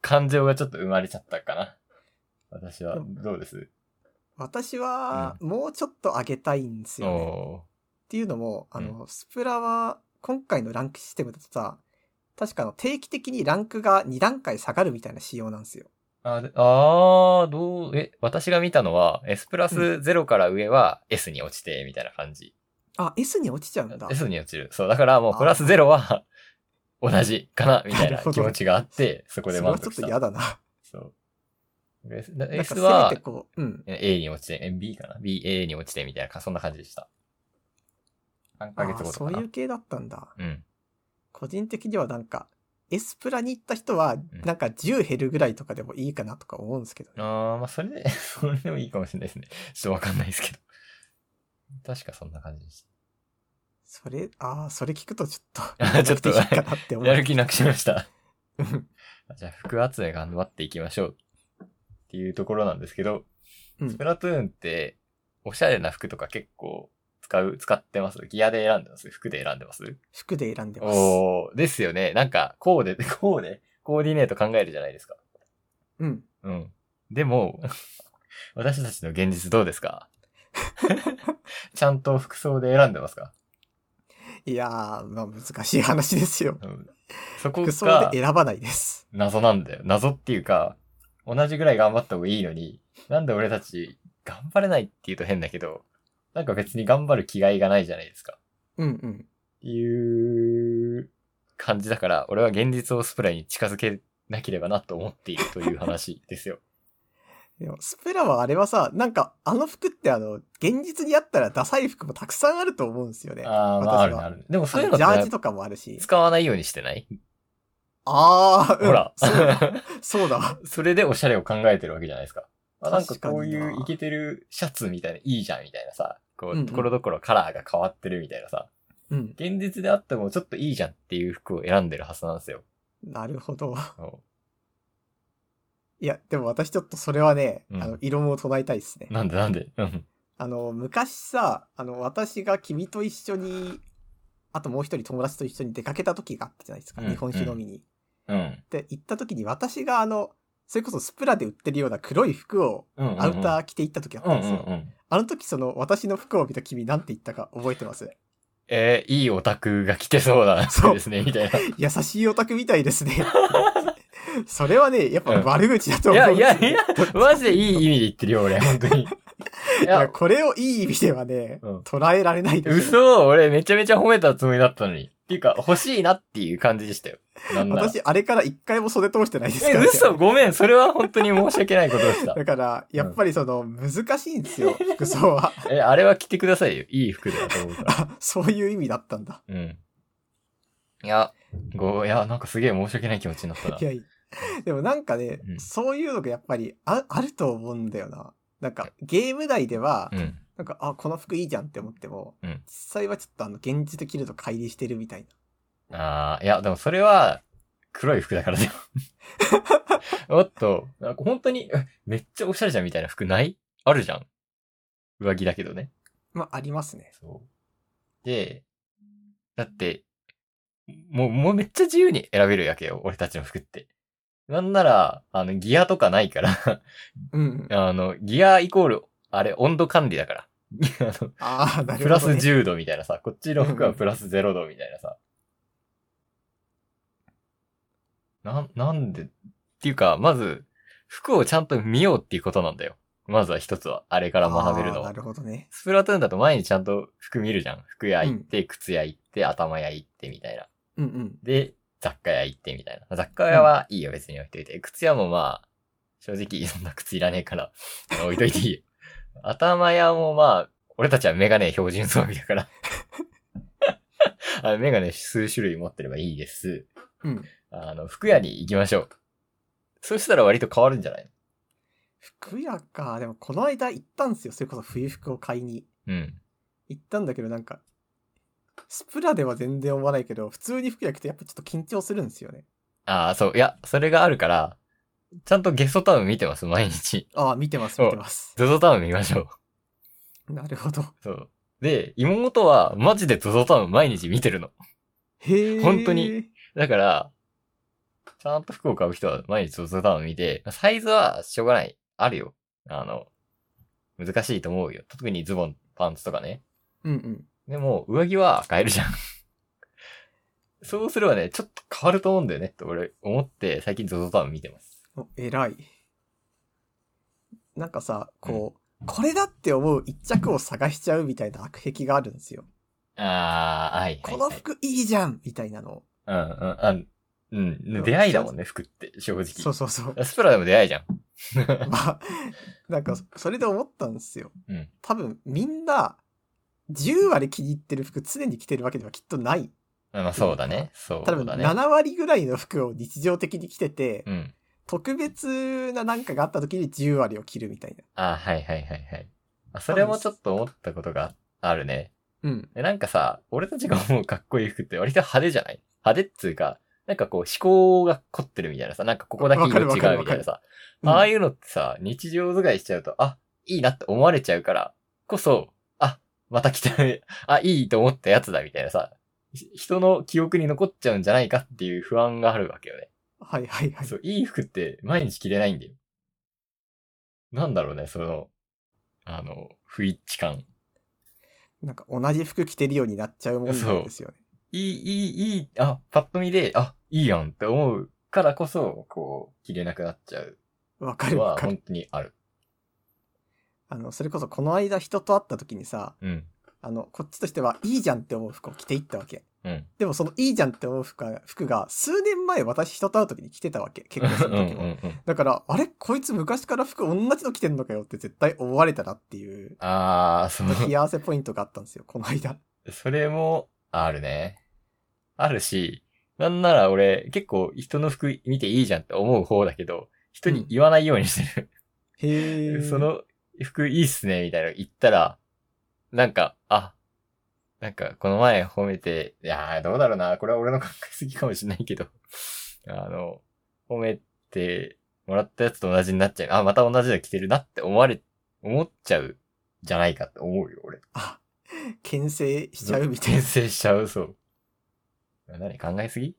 Speaker 2: 感情がちょっと生まれちゃったかな。私は、どうです
Speaker 1: 私は、もうちょっと上げたいんですよね。っ
Speaker 2: お
Speaker 1: ていうのも、あの、スプラは、今回のランクシステムだとさ、確かあの定期的にランクが2段階下がるみたいな仕様なんですよ。
Speaker 2: ーあであー、どう、え、私が見たのは、S プラス0から上は S に落ちて、みたいな感じ。
Speaker 1: あ、S に落ちちゃうんだ。
Speaker 2: S に落ちる。そう、だからもうプラス0は *laughs* 同じかな、みたい
Speaker 1: なる
Speaker 2: な
Speaker 1: ほど
Speaker 2: 気持ちがあって、そこで
Speaker 1: それ
Speaker 2: 満
Speaker 1: はちょっ
Speaker 2: 足し
Speaker 1: と
Speaker 2: た。
Speaker 1: 嫌だな。
Speaker 2: そう。で S
Speaker 1: な
Speaker 2: だ
Speaker 1: んか
Speaker 2: S
Speaker 1: せ
Speaker 2: は
Speaker 1: めてこう、うん。
Speaker 2: A に落ちて、え B かな ?BA に落ちてみたいなか、そんな感じでした。3
Speaker 1: あ
Speaker 2: ヶ
Speaker 1: あー
Speaker 2: 月後と
Speaker 1: そ
Speaker 2: か
Speaker 1: う
Speaker 2: な。
Speaker 1: いう系だったんだ。
Speaker 2: うん。
Speaker 1: 個人的にはなんか、S プラに行った人は、なんか10減るぐらいとかでもいいかなとか思うんですけどね。
Speaker 2: あー、まあそれで、 *laughs* それでもいいかもしれないですね。ちょっとわかんないですけど。確かそんな感じでし
Speaker 1: それ、ああ、それ聞くとちょっ
Speaker 2: *laughs* あ
Speaker 1: と、
Speaker 2: ちょっと
Speaker 1: やめていいかなって
Speaker 2: た。
Speaker 1: 思う。
Speaker 2: やる気なくしました。 *laughs*
Speaker 1: うん
Speaker 2: じゃあ、服集め頑張っていきましょう。っていうところなんですけど、
Speaker 1: うん
Speaker 2: スプラトゥーンって、おしゃれな服とか結構使う、使ってますギアで選んでます服で選んでます
Speaker 1: 服で選んでます。
Speaker 2: おー、ですよね。なんか、こうで、こうで、 *laughs* コーディネート考えるじゃないですか。
Speaker 1: うん。
Speaker 2: うん。でも、 *laughs* 私たちの現実どうですか *laughs* ちゃんと服装で選んでますか、
Speaker 1: いやー、まあ難しい話ですよ。
Speaker 2: うん、そこ
Speaker 1: 服装
Speaker 2: が
Speaker 1: で選ばないです。
Speaker 2: 謎なんだよ。謎っていうか、同じぐらい頑張った方がいいのに、なんで俺たち頑張れないって言うと変だけど、なんか別に頑張る気概がないじゃないですか。
Speaker 1: うんうん。
Speaker 2: っていう感じだから、俺は現実をスプライに近づけなければなと思っているという話ですよ。
Speaker 1: でもスプラはあれはさ、なんかあの服ってあの、現実にあったらダサい服もたくさんあると思うんですよね。
Speaker 2: ああ、まあ、あるね、あるね。でも
Speaker 1: あ
Speaker 2: そういう
Speaker 1: の
Speaker 2: のっ
Speaker 1: ジャージ
Speaker 2: て
Speaker 1: とかもあるし。
Speaker 2: 使わないようにしてない
Speaker 1: ああ、うん
Speaker 2: ほら。
Speaker 1: そう
Speaker 2: *laughs*
Speaker 1: だ。そうだ。
Speaker 2: それでおしゃれを考えてるわけじゃないですか。あなんか
Speaker 1: 確かに
Speaker 2: こ
Speaker 1: な
Speaker 2: ういうイケてるシャツみたいな、いいじゃんみたいなさ、こ
Speaker 1: うんう
Speaker 2: う、
Speaker 1: ん
Speaker 2: ところどころカラーが変わってるみたいなさ、
Speaker 1: うん。
Speaker 2: 現実であってもちょっといいじゃんっていう服を選んでるはずなんですよ。
Speaker 1: なるほど。
Speaker 2: そ
Speaker 1: いや、でも私ちょっとそれはね、
Speaker 2: うん
Speaker 1: あの、異論を唱えたいですね
Speaker 2: う。なんでなんでうん。
Speaker 1: あの、昔さ、あの、私が君と一緒に、あともう一人友達と一緒に出かけた時があったじゃないですか。
Speaker 2: うん
Speaker 1: 日本酒飲みに。
Speaker 2: うん。
Speaker 1: で、行った時に私があの、それこそスプラで売ってるような黒い服を
Speaker 2: うんうんうん。
Speaker 1: アウタ
Speaker 2: ー
Speaker 1: ー着て行った時あっ
Speaker 2: うん
Speaker 1: た
Speaker 2: うんん
Speaker 1: ですよ。
Speaker 2: うん。
Speaker 1: あの時その私の服を見た君なんて言ったか覚えてます
Speaker 2: えー、いいオタクが着てそうだな、
Speaker 1: そう
Speaker 2: ですね、
Speaker 1: *laughs*
Speaker 2: みたいな。
Speaker 1: 優しいオタクみたいですね。 *laughs* それはね、やっぱ悪口だと
Speaker 2: い
Speaker 1: 思
Speaker 2: や
Speaker 1: うんで
Speaker 2: い
Speaker 1: すよ
Speaker 2: やいや、マジでいい意味で言ってるよ、俺、本当
Speaker 1: *laughs*
Speaker 2: に。い
Speaker 1: いや
Speaker 2: や、
Speaker 1: これをいい意味ではね、
Speaker 2: うん
Speaker 1: 捉えられないですよ。
Speaker 2: 嘘俺めちゃめちゃ褒めたつもりだったのに。っていうか、欲しいなっていう感じでしたよ。なんなら。
Speaker 1: 私、あれから一回も袖通してないですか
Speaker 2: え、
Speaker 1: ら、
Speaker 2: 嘘ごめん。それは本当に申し訳ないことでした。
Speaker 1: だから、やっぱりその、難しいんですよ、服装は。 *laughs*
Speaker 2: え、あれは着てくださいよ。いい服だと思うから。
Speaker 1: あそういう意味だったんだ。
Speaker 2: うん。いや、ご、いや、なんかすげえ申し訳ない気持ちになったな。
Speaker 1: いやいやでもなんかね、
Speaker 2: うん
Speaker 1: そういうのがやっぱりああると思うんだよな。なんか、ゲーム内では、
Speaker 2: うん。
Speaker 1: なんか、あ、この服いいじゃんって思っても、
Speaker 2: うん
Speaker 1: 実際はちょっとあの、現実で着ると乖離してるみたいな。
Speaker 2: ああ、いや、でもそれは、黒い服だから *laughs* だよ。もっと、なんか本当に、えめっちゃおしゃれじゃんみたいな服ないあるじゃん。上着だけどね。
Speaker 1: まあ、ありますね。
Speaker 2: そう。で、だって、もう、もうめっちゃ自由に選べるわけよ、俺たちの服って。なんなら、あの、ギアとかないから、 *laughs*
Speaker 1: うん。
Speaker 2: あの、ギアイコール、あれ、温度管理だから。 *laughs* あの
Speaker 1: ああ、な
Speaker 2: プ
Speaker 1: る
Speaker 2: ラ
Speaker 1: ほ
Speaker 2: ス
Speaker 1: ど、ね。
Speaker 2: 10度みたいなさ、こっちの服
Speaker 1: うん
Speaker 2: は
Speaker 1: うん
Speaker 2: プラス0度みたいなさ。なん、なんで、っていうか、まず、服をちゃんと見ようっていうことなんだよ。まずは一つは、あれから学べるの
Speaker 1: あー
Speaker 2: は
Speaker 1: な。るほどね。
Speaker 2: スプラトゥーンだと前にちゃんと服見るじゃん。服屋行っ
Speaker 1: う
Speaker 2: て、靴屋行って、頭屋行ってみたいな。
Speaker 1: うんうん。
Speaker 2: で、雑貨屋行ってみたいな。雑貨屋はいいよ、別に置いといて。靴屋もまあ、正直そんな靴いらねえから、あの置いといていいよ。 *laughs* 頭屋もまあ、俺たちはメガネ標準装備だから。 *laughs* あのメガネ数種類持ってればいいです。
Speaker 1: うん。
Speaker 2: あの、服屋に行きましょう。そうしたら割と変わるんじゃない
Speaker 1: 服屋か。でも、この間行ったんですよ。それこそ冬服を買いに。
Speaker 2: うん。
Speaker 1: 行ったんだけど、なんか、スプラでは全然思わないけど、普通に服屋着てやっぱちょっと緊張するんですよね。
Speaker 2: ああ、そう。いや、それがあるから、ちゃんとゲストタウン見てます、毎日。
Speaker 1: ああ、見てます、
Speaker 2: そう
Speaker 1: 見てます。
Speaker 2: ゾゾタウン見ましょう。 *laughs*
Speaker 1: なるほど。
Speaker 2: そう。で、妹はマジでゾゾタウン毎日見てるの。
Speaker 1: へえ。
Speaker 2: 本当に。だから、ちゃんと服を買う人は毎日ゾゾタウン見て、サイズはしょうがない。あるよ。あの、難しいと思うよ。特にズボン、パンツとかね。
Speaker 1: うんうん。
Speaker 2: でも、上着は買えるじゃん。 *laughs* そうすればね、ちょっと変わると思うんだよねって俺思って、最近ゾゾタウン見てます。
Speaker 1: お、偉い。なんかさ、こう、これだって思う一着を探しちゃうみたいな悪癖があるんですよ。
Speaker 2: あー、はい、はい。
Speaker 1: この服いいじゃんみたいなの。
Speaker 2: うん、うん、あうん。出会いだもんね、服って、正直。
Speaker 1: そうそうそう。
Speaker 2: スプラでも出会いじゃん。 *laughs*
Speaker 1: まあ、なんか、それで思ったんですよ。
Speaker 2: うん
Speaker 1: 多分、みんな、10割気に入ってる服常に着てるわけではきっとない。
Speaker 2: まあそうだね。そう
Speaker 1: 多分、
Speaker 2: だね。
Speaker 1: 7割ぐらいの服を日常的に着てて、
Speaker 2: うん。
Speaker 1: 特別ななんかがあった時に10割を切るみたい
Speaker 2: あはいはいはいはい。あ、それもちょっと思ったことがああるね。
Speaker 1: な。うん。
Speaker 2: でなんかさ、俺たちが思うかっこいい服って割と派手じゃない派手っつうか、なんかこう思考が凝ってるみたいなさ、なんかここだけ
Speaker 1: わか
Speaker 2: 色違
Speaker 1: る
Speaker 2: う
Speaker 1: わ
Speaker 2: み
Speaker 1: か
Speaker 2: た
Speaker 1: るわか
Speaker 2: い
Speaker 1: る
Speaker 2: なさ、
Speaker 1: うん
Speaker 2: ああいうのってさ、日常使いしちゃうと、あ、いいなって思われちゃうから、こそ、あ、また来たね、あ、いいと思ったやつだみたいなさ、ひ人の記憶に残っちゃうんじゃないかっていう不安があるわけよね。
Speaker 1: はいはいはい。
Speaker 2: そう、いい服って毎日着れないんだよ。なんだろうね、その、あの、不一致感。
Speaker 1: なんか同じ服着てるようになっちゃうもんなんですよね。
Speaker 2: いい、いい、いい、あ、パッと見で、あ、いいやんって思うからこそ、こう、着れなくなっちゃう
Speaker 1: わかる
Speaker 2: の
Speaker 1: わ
Speaker 2: は
Speaker 1: かる。
Speaker 2: 本当にある。
Speaker 1: あの、それこそこの間人と会った時にさ、
Speaker 2: うん。
Speaker 1: あの、こっちとしては、いいじゃんって思う服を着ていったわけ。
Speaker 2: うん。
Speaker 1: でもそのいいじゃんって思う服が、服が数年前私人と会う時に着てたわけ。結婚する
Speaker 2: うんうん
Speaker 1: 時
Speaker 2: う
Speaker 1: も。
Speaker 2: ん。
Speaker 1: だから、あれこいつ昔から服同じの着てんのかよって絶対思われたなっていう、
Speaker 2: ああ、そ
Speaker 1: 冷
Speaker 2: う。
Speaker 1: や汗ポイントがあったんですよ、この
Speaker 2: *laughs*
Speaker 1: 間。
Speaker 2: それも、あるね。あるし、なんなら俺、結構人の服見ていいじゃんって思う方だけど、人に言わないようにしてる。
Speaker 1: へえ。
Speaker 2: そ、の服いいっすね、みたいなの言ったら、なんか、あ、なんかこの前褒めて、いやーどうだろうな、これは俺の考えすぎかもしれないけど、 *laughs* あの、褒めてもらったやつと同じになっちゃう。あ、また同じの着てるなって思われ、思っちゃうじゃないかって思うよ、俺。
Speaker 1: あ、牽制しちゃうみたいな
Speaker 2: 転。生しちゃう、そう。何考えすぎ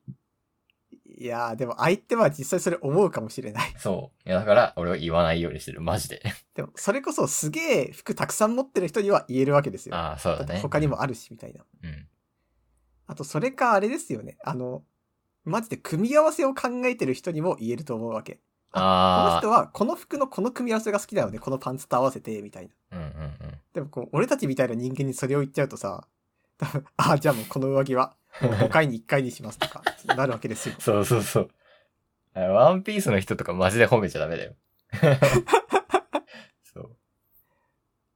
Speaker 1: いやー、でも相手は実際それ思うかもしれない。
Speaker 2: そう。いや、だから俺は言わないようにしてる、マジ
Speaker 1: *laughs*
Speaker 2: で。
Speaker 1: でも、それこそすげえ服たくさん持ってる人には言えるわけですよ。
Speaker 2: ああ、そう
Speaker 1: だ
Speaker 2: だ
Speaker 1: っ
Speaker 2: ね
Speaker 1: て。他にもあるし、みたいな。
Speaker 2: うん。
Speaker 1: あと、それかあれですよね。あの、マジで組み合わせを考えてる人にも言えると思うわけ。この
Speaker 2: あ
Speaker 1: 人はこの服のこの組み合わせが好きだよね。このパンツと合わせて、みたいな。
Speaker 2: あ。うんうんうん。
Speaker 1: でもこう、俺たちみたいな人間にそれを言っちゃうとさ、多分ああ、じゃあもうこの上着はもう5回に1回にしますとか、なるわけですよ。
Speaker 2: そうそうそう。あのワンピースの人とかマジで褒めちゃダメだよ。そう。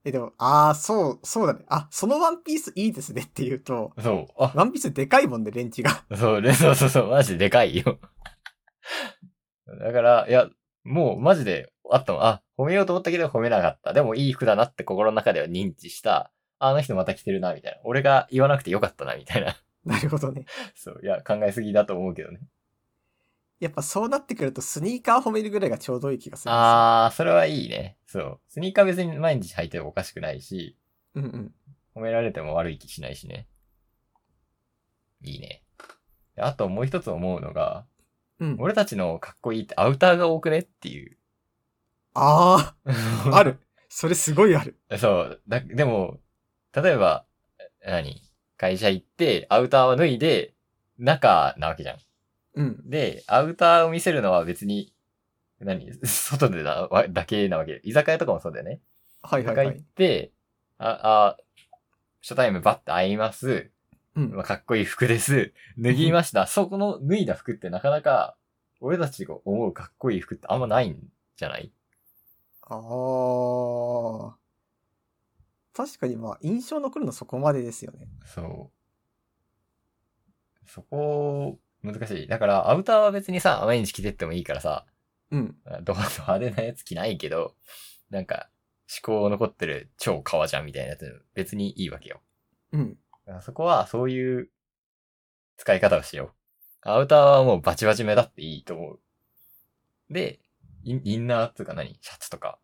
Speaker 1: え、でも、ああ、そう、そうだね。あ、そのワンピースいいですねって言うと、
Speaker 2: そう。あ、
Speaker 1: ワンピースでかいもんで、レンチが。 *laughs*
Speaker 2: そう、ね、そうそうそう、マジででかいよ。だから、いや、もうマジで、あったもん。あ、褒めようと思ったけど褒めなかった。でもいい服だなって心の中では認知した。あの人また着てるな、みたいな。俺が言わなくてよかったな、みたいな。 *laughs*
Speaker 1: なるほどね。
Speaker 2: そう、いや、考えすぎだと思うけどね。
Speaker 1: やっぱそうなってくると、スニーカー褒めるぐらいがちょうどいい気がするんですよ。
Speaker 2: あー、それはいいね。そう。スニーカー別に毎日履いてもおかしくないし、
Speaker 1: うんうん。
Speaker 2: 褒められても悪い気しないしね。いいね。であともう一つ思うのが、
Speaker 1: うん。
Speaker 2: 俺たちのかっこいいってアウターが多くねっていう。
Speaker 1: ああ、 *laughs* あ
Speaker 2: あ
Speaker 1: る。それすごいある。
Speaker 2: そう。だ、でも、例えば、え何会社行って、アウターは脱いで、中なわけじゃん。
Speaker 1: うん。
Speaker 2: で、アウターを見せるのは別に、何 *laughs* 外でだわだけなわけ。居酒屋とかもそうだよね。
Speaker 1: はい
Speaker 2: 居
Speaker 1: はい
Speaker 2: 酒
Speaker 1: は
Speaker 2: 屋行っ
Speaker 1: い。
Speaker 2: て、あ、あ、初対面バッて会います。
Speaker 1: うん
Speaker 2: まあ、。かっこいい服です。脱ぎました。そこの脱いだ服ってなかなか、俺たちが思うかっこいい服ってあんまないんじゃない
Speaker 1: ああ。確かにまあ、印象残るのそこまでですよね。
Speaker 2: そう。そこ、難しい。だから、アウターは別にさ、毎日着てってもいいからさ、
Speaker 1: うん。
Speaker 2: ドハド派手なやつ着ないけど、なんか、思考残ってる超革ジャンみたいなやつ、別にいいわけよ。
Speaker 1: うん。
Speaker 2: だからそこは、そういう、使い方をしよう。アウターはもうバチバチ目だっていいと思う。で、インインナーっていうか何シャツとか、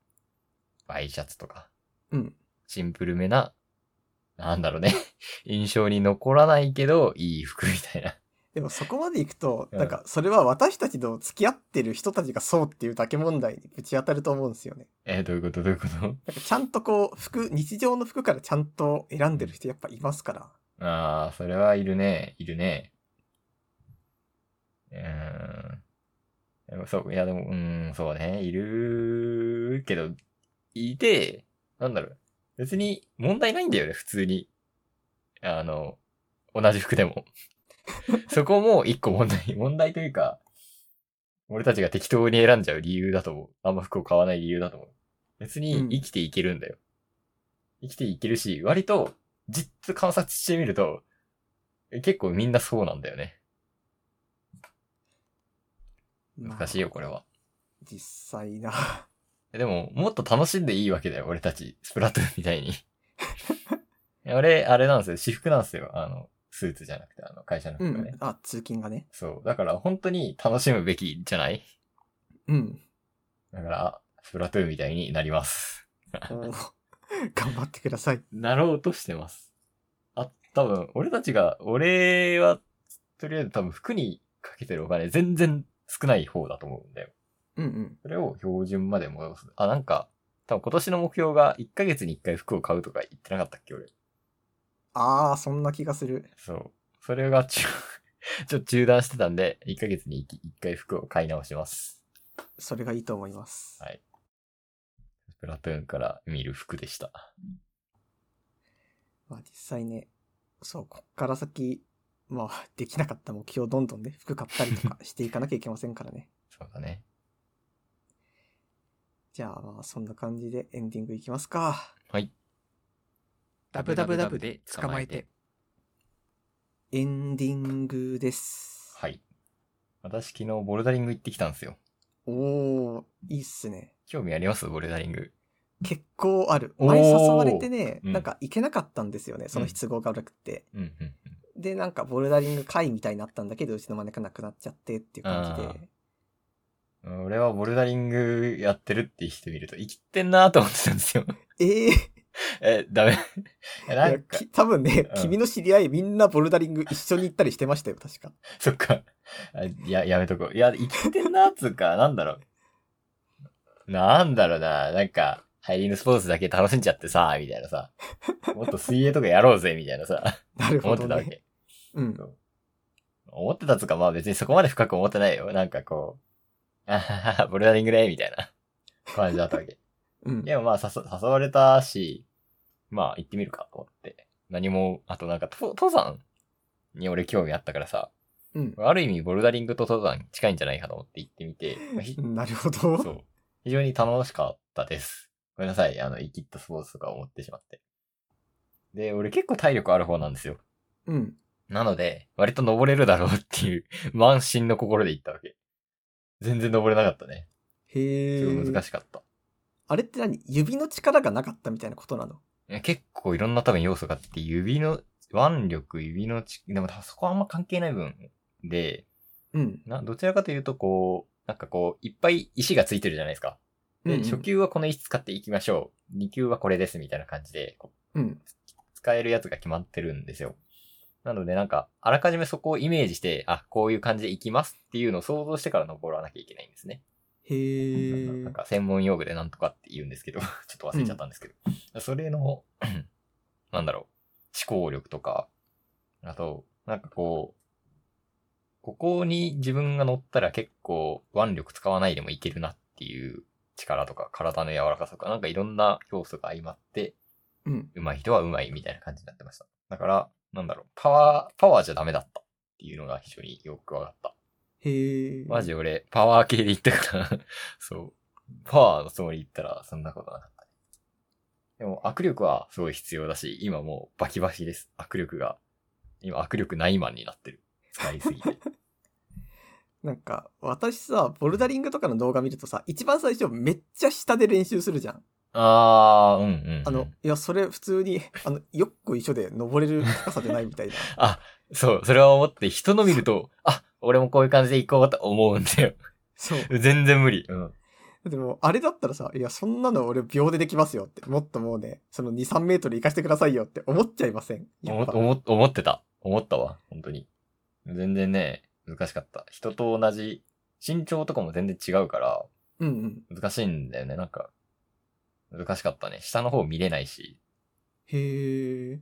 Speaker 2: ワイシャツとか、
Speaker 1: うん。
Speaker 2: シンプルめな、なんだろうね。 *laughs* 印象に残らないけど、いい服みたいな。
Speaker 1: でもそこまで行くと、
Speaker 2: うん
Speaker 1: なんか、それは私たちと付き合ってる人たちがそうっていうだけ問題にぶち当たると思うんですよね。
Speaker 2: えーどういうことどういうこと
Speaker 1: なんかちゃんとこう、服、日常の服からちゃんと選んでる人やっぱいますから。
Speaker 2: ああ、それはいるね。いるね。うーん。でもそう、いやでも、うーん、そうね。いるけど、いて、なんだろう。別に問題ないんだよね、普通に。あの、同じ服でも。 *laughs* そこも一個問題、問題というか、俺たちが適当に選んじゃう理由だと思う。あんま服を買わない理由だと思う。別に生きていけるんだよ。生きていけるし、割と、じっと観察してみると、結構みんなそうなんだよね。難しいよ、これ
Speaker 1: は。
Speaker 2: は。
Speaker 1: 実際 *laughs* な。
Speaker 2: でも、もっと楽しんでいいわけだよ、俺たち。スプラトゥーンみたいに。 *laughs* 俺、あれなんですよ、私服なんですよ。あの、スーツじゃなくて、あの、会社の
Speaker 1: う
Speaker 2: 服がね。
Speaker 1: ん。あ、通勤がね。
Speaker 2: そう。だから、本当に楽しむべきじゃない
Speaker 1: *laughs* うん。
Speaker 2: だから、スプラトゥーンみたいになります。
Speaker 1: おー *laughs* 頑張ってください。
Speaker 2: なろうとしてます。あ、多分、俺たちが、俺は、とりあえず多分服にかけてるお金全然少ない方だと思うんだよ。
Speaker 1: うんうん。
Speaker 2: それを標準まで戻す。あ、なんか、多分今年の目標が1ヶ月に1回服を買うとか言ってなかったっけ、俺。
Speaker 1: あー、そんな気がする。
Speaker 2: そう。それが *laughs* ちょ、ちょっと中断してたんで、1ヶ月に 1, 回服を買い直します。
Speaker 1: それがいいと思います。
Speaker 2: はいスプラトゥーンから見る服でした。
Speaker 1: まあ実際ね、そう、こっから先、まあ *laughs* できなかった目標をどんどんね、服買ったりとかしていかなきゃいけませんからね。 *laughs*
Speaker 2: そうだね。
Speaker 1: じゃあまあそんな感じでエンディングいきますか。
Speaker 2: はい。
Speaker 1: ダブダブダブで捕まえて。エンディングです。
Speaker 2: はい。私昨日ボルダリング行ってきたんですよ。
Speaker 1: おー、いいっすね。
Speaker 2: 興味ありますボルダリング。
Speaker 1: 結構ある。
Speaker 2: おー
Speaker 1: 前誘われてね、
Speaker 2: うん
Speaker 1: なんか行けなかったんですよね、その日都合が悪くて。
Speaker 2: うんうんうん。
Speaker 1: で、なんかボルダリング会みたいになったんだけど、うちの招かなくなっちゃってっていう感じ
Speaker 2: あ
Speaker 1: で。
Speaker 2: 俺はボルダリングやってるっていう人見ると、生きてんなーと思ってたんですよ。 *laughs*
Speaker 1: ええ
Speaker 2: え、ダメ。 *laughs* えない
Speaker 1: や
Speaker 2: んか
Speaker 1: き、多分ね、
Speaker 2: うん
Speaker 1: 君の知り合いみんなボルダリング一緒に行ったりしてましたよ、確か。
Speaker 2: *laughs* そっか。あいや、やめとこう。いや、生きてんなーつうか、なんだろう。なんだろうな。なんか、入りのスポーツだけ楽しんじゃってさ、みたいなさ。もっと水泳とかやろうぜ、みたいなさ。
Speaker 1: なる
Speaker 2: 思
Speaker 1: ほ
Speaker 2: って
Speaker 1: ど
Speaker 2: たわ
Speaker 1: ね。
Speaker 2: け。
Speaker 1: うん。
Speaker 2: 思ってたつうか、まあ別にそこまで深く思ってないよ。なんかこう、あははは、ボルダリングね、みたいな感じだったわけ。
Speaker 1: うん。
Speaker 2: でもまあ誘誘われたし、まあ行ってみるかと思って。何も、あとなんか、と登山に俺興味あったからさ、
Speaker 1: うん。
Speaker 2: ある意味ボルダリングと登山近いんじゃないかと思って行ってみて、まあひ
Speaker 1: なるほど。
Speaker 2: そう。非常に楽しかったです。ごめんなさい、あの、生きったスポーツとか思ってしまって。で、俺結構体力ある方なんですよ。
Speaker 1: うん。
Speaker 2: なので、割と登れるだろうっていう満身の心で行ったわけ。全然登れなかったね。
Speaker 1: へえ。
Speaker 2: すごい難しかった。
Speaker 1: あれって何指の力がなかったみたいなことなの
Speaker 2: いや結腕構いろんな多分要素があって、指の、腕力、指のち、でも多分そこはあんま関係ない分で、
Speaker 1: うん。
Speaker 2: な、どちらかというとこう、なんかこう、いっぱい石がついてるじゃないですか。
Speaker 1: うん
Speaker 2: で、
Speaker 1: うん
Speaker 2: 初級はこの石使っていきましょう。2級はこれです、みたいな感じで、こう
Speaker 1: うん。
Speaker 2: 使えるやつが決まってるんですよ。なのでなんか、あらかじめそこをイメージして、あ、こういう感じでいきますっていうのを想像してから登らなきゃいけないんですね。
Speaker 1: へえ
Speaker 2: なんかなん。か専門用語でなんとかって言うんですけど、ちょ *laughs* っと忘れちゃったんですけど、それの、 *clears throat* なんだろう、思考力とか、あと、なんかこう、ここに自分が乗ったら結構腕力使わないでもいけるなっていう力とか、体の柔らかさとか、なんかいろんな要素が相まって、
Speaker 1: うん。
Speaker 2: 上手い人は上手いみたいな感じになってました。だから、なんだろう、パワー、パワーじゃダメだったっていうのが非常によくわかった。
Speaker 1: へえ。
Speaker 2: マジ俺、パワー系で言ったから、 *laughs* そう。パワーのつもり言ったら、そんなことなかったね。でも、握力はすごい必要だし、今もうバキバキです。握力が。今、握力ないマンになってる。使いす
Speaker 1: *laughs*
Speaker 2: ぎて。
Speaker 1: なんか、私さ、ボルダリングとかの動画見るとさ、一番最初めっちゃ下で練習するじゃん。
Speaker 2: あー、うんうん、うん。
Speaker 1: あの、いや、それ普通
Speaker 2: *laughs*
Speaker 1: に、あの、よっこ一緒で登れる高さじゃないみたいな。
Speaker 2: あ、そう、それは思って、人の見ると、あ、俺もこういう感じで行こうと思うんだよ。 *laughs*
Speaker 1: そう。
Speaker 2: 全然無理。うん。
Speaker 1: でも、あれだったらさ、いや、そんなの俺秒でできますよって、もっともうね、その2、3メートル行かしてくださいよって思っちゃいません。や
Speaker 2: 思
Speaker 1: っ
Speaker 2: っ
Speaker 1: ぱ
Speaker 2: 思っ思ってた。思ったわ。本当に。全然ね、難しかった。人と同じ、身長とかも全然違うから、
Speaker 1: うんうん。
Speaker 2: 難しいんだよね。なんか、難しかったね。下の方見れないし、
Speaker 1: へえ。
Speaker 2: っ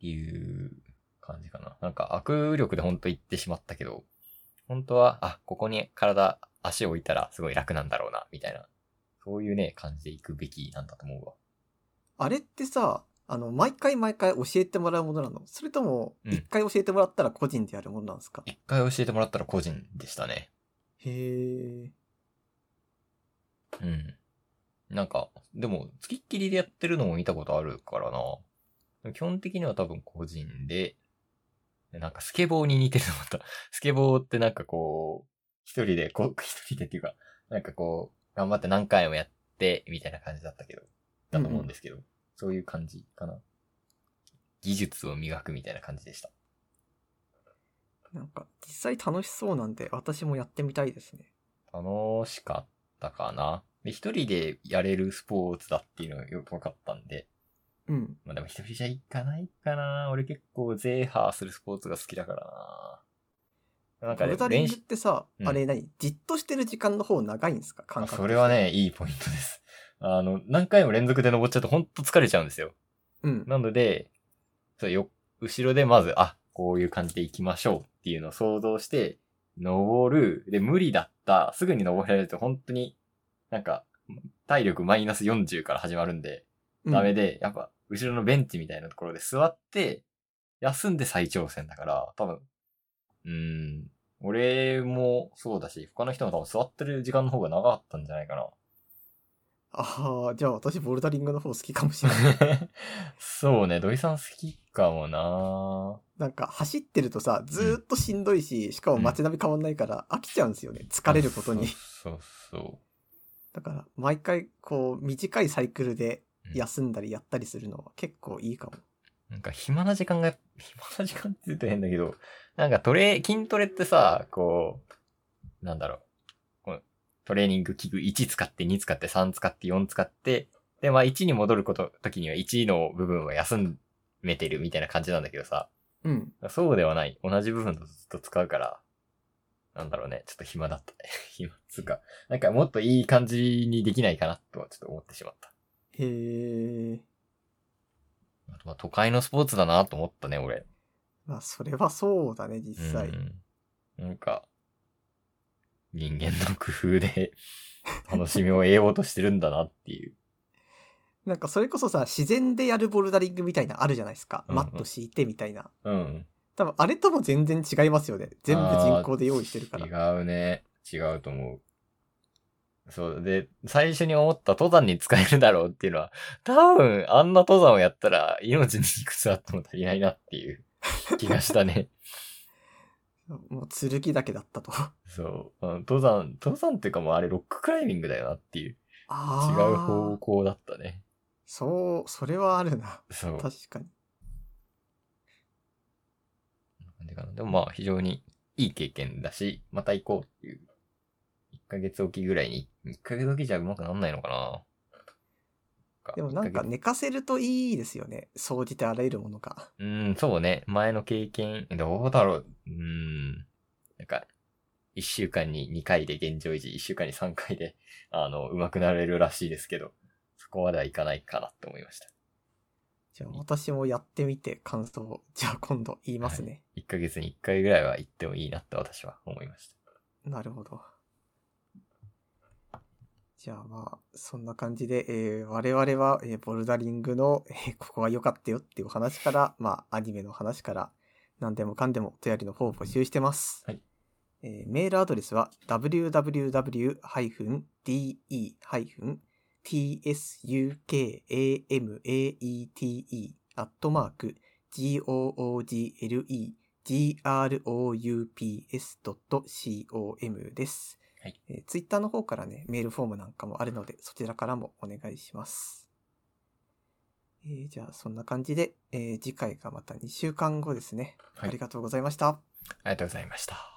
Speaker 2: ていう感じかな。なんか、握力でほんと行ってしまったけど、本当は、あ、ここに体、足を置いたらすごい楽なんだろうな、みたいな。そういうね、感じで行くべきなんだと思うわ。
Speaker 1: あれってさ、あの、毎回毎回教えてもらうものなのそれとも、
Speaker 2: うん
Speaker 1: 一回教えてもらったら個人でやるものなんですか、
Speaker 2: 一回教えてもらったら個人でしたね。
Speaker 1: へえ。
Speaker 2: うん。なんか、でも、付きっきりでやってるのも見たことあるからな。基本的には多分個人で、なんかスケボーに似てると思った。 *laughs* スケボーってなんかこう、一人で、こう、一人でっていうか、なんかこう、頑張って何回もやって、みたいな感じだったけど、だと思うんですけど、そういう感じかな。技術を磨くみたいな感じでした。
Speaker 1: なんか、実際楽しそうなんで、私もやってみたいですね。
Speaker 2: 楽しかったかな。で、一人でやれるスポーツだっていうのがよく分かったんで、
Speaker 1: うん。
Speaker 2: まあでも一人じゃ行かないかな。俺結構ゼーハーするスポーツが好きだからな。なん
Speaker 1: ボ
Speaker 2: か
Speaker 1: ル
Speaker 2: ね
Speaker 1: ダリン
Speaker 2: 練
Speaker 1: グっ
Speaker 2: 習、
Speaker 1: てさ、
Speaker 2: うん
Speaker 1: あれ何じっとしてる時間の方長いんですか感
Speaker 2: あ
Speaker 1: 覚。
Speaker 2: それは。ね、いいポイントです。 *laughs* あの、何回も連続で登っちゃうとほんと疲れちゃうんですよ。
Speaker 1: うん。
Speaker 2: なので、そうよ、後ろでまず、あ、こういう感じで行きましょうっていうのを想像して、登る。で、無理だった。すぐに登られると本当に、なんか、体力マイナス40から始まるんで、ダメ
Speaker 1: で。
Speaker 2: で、やっぱ、後ろのベンチみたいなところで座って、休んで再挑戦だから、多分、うーん、俺もそうだし、他の人も多分座ってる時間の方が長かったんじゃない
Speaker 1: *laughs*
Speaker 2: かな。
Speaker 1: ああ、じゃあ私ボルダリングの方好きかもしれない。
Speaker 2: *laughs* そうね、土井さん好きかもな
Speaker 1: なんか走ってるとさ、ずーっとしんどいし、しかも街並み変わんないから飽きちゃうんですよね。疲れることに。
Speaker 2: そうそうそ
Speaker 1: だから、毎回こう、短いサイクルで
Speaker 2: うん
Speaker 1: 休んだりやったりするのは結構いいかも。
Speaker 2: う。なんか暇な時間が、 *laughs* 暇な時間って言うと変だけど、なんかトレ、筋トレってさ、こう、なんだろう。こうトレーニング器具1使って、2使って、3使って、4使って、で、まあ1に戻ること、時には1の部分は休めてるみたいな感じなんだけどさ、
Speaker 1: うん。
Speaker 2: そうではない。同じ部分とずっと使うから、なんだろうね。ちょっと暇だった *laughs* ね。暇っつうか、なんかもっといい感じにできないかなとはちょっと思ってしまった。
Speaker 1: へえ。
Speaker 2: あとまあ都会のスポーツだなと思ったね、俺。
Speaker 1: まあ、それはそうだね、
Speaker 2: う
Speaker 1: 実際。
Speaker 2: ん。なんか、人間の工夫で *laughs* 楽しみを得ようとしてるんだなっていう。
Speaker 1: なんかそれこそさ、自然でやるボルダリングみたいなあるじゃないですか。
Speaker 2: うんうん
Speaker 1: マット敷いてみたいな。
Speaker 2: うん。
Speaker 1: 多分、あれとも全然違いますよね。全部人工で用意してるから。
Speaker 2: 違うね。違うと思う。そう。で、最初に思った登山に使えるだろうっていうのは、多分、あんな登山をやったら、命にいくつあっても足りないなっていう *laughs* 気がしたね。
Speaker 1: もう、剣だけだったと。あ
Speaker 2: そう。あの登山、登山っていうかもうあれロッククライミングだよなっていう、違
Speaker 1: あ。
Speaker 2: う方向だったね。
Speaker 1: そう、それはあるな。
Speaker 2: そう。
Speaker 1: 確かに。
Speaker 2: なんていうかなでもまあ非常にいい経験だし、また行こうっていう。1ヶ月おきぐらいに、1ヶ月おきじゃうまくなんないのかな
Speaker 1: でもなんか。寝かせるといいですよね。総じてあらゆるものが。
Speaker 2: 一ヶ月うん、そうね。前の経験、どうだろう。うん。なんか、1週間に2回で現状維持、1週間に3回で、 *laughs* あの、上手くなれるらしいですけど、そこまではいかないかなと思いました。
Speaker 1: じゃあ私もやってみて感想を、じゃあ今度言いますね。
Speaker 2: 1ヶ月に1回ぐらいは行ってもいいなって私は思いました。
Speaker 1: なるほど。じゃあまあ、そんな感じで、えー我々は、えーボルダリングの、えーここが良かったよっていうお話から、まあ、アニメの話から、何でもかんでもお便りの方を募集してます。
Speaker 2: はい
Speaker 1: えーメールアドレスは www-d-tsukamate.google-groups.com です。
Speaker 2: はい
Speaker 1: えツイッター Twitter の方からね、メールフォームなんかもあるので、そちらからもお願いします。えーじゃあ、そんな感じで、えー次回がまた2週間後ですね。
Speaker 2: はい
Speaker 1: ありがとうございました。
Speaker 2: ありがとうございました。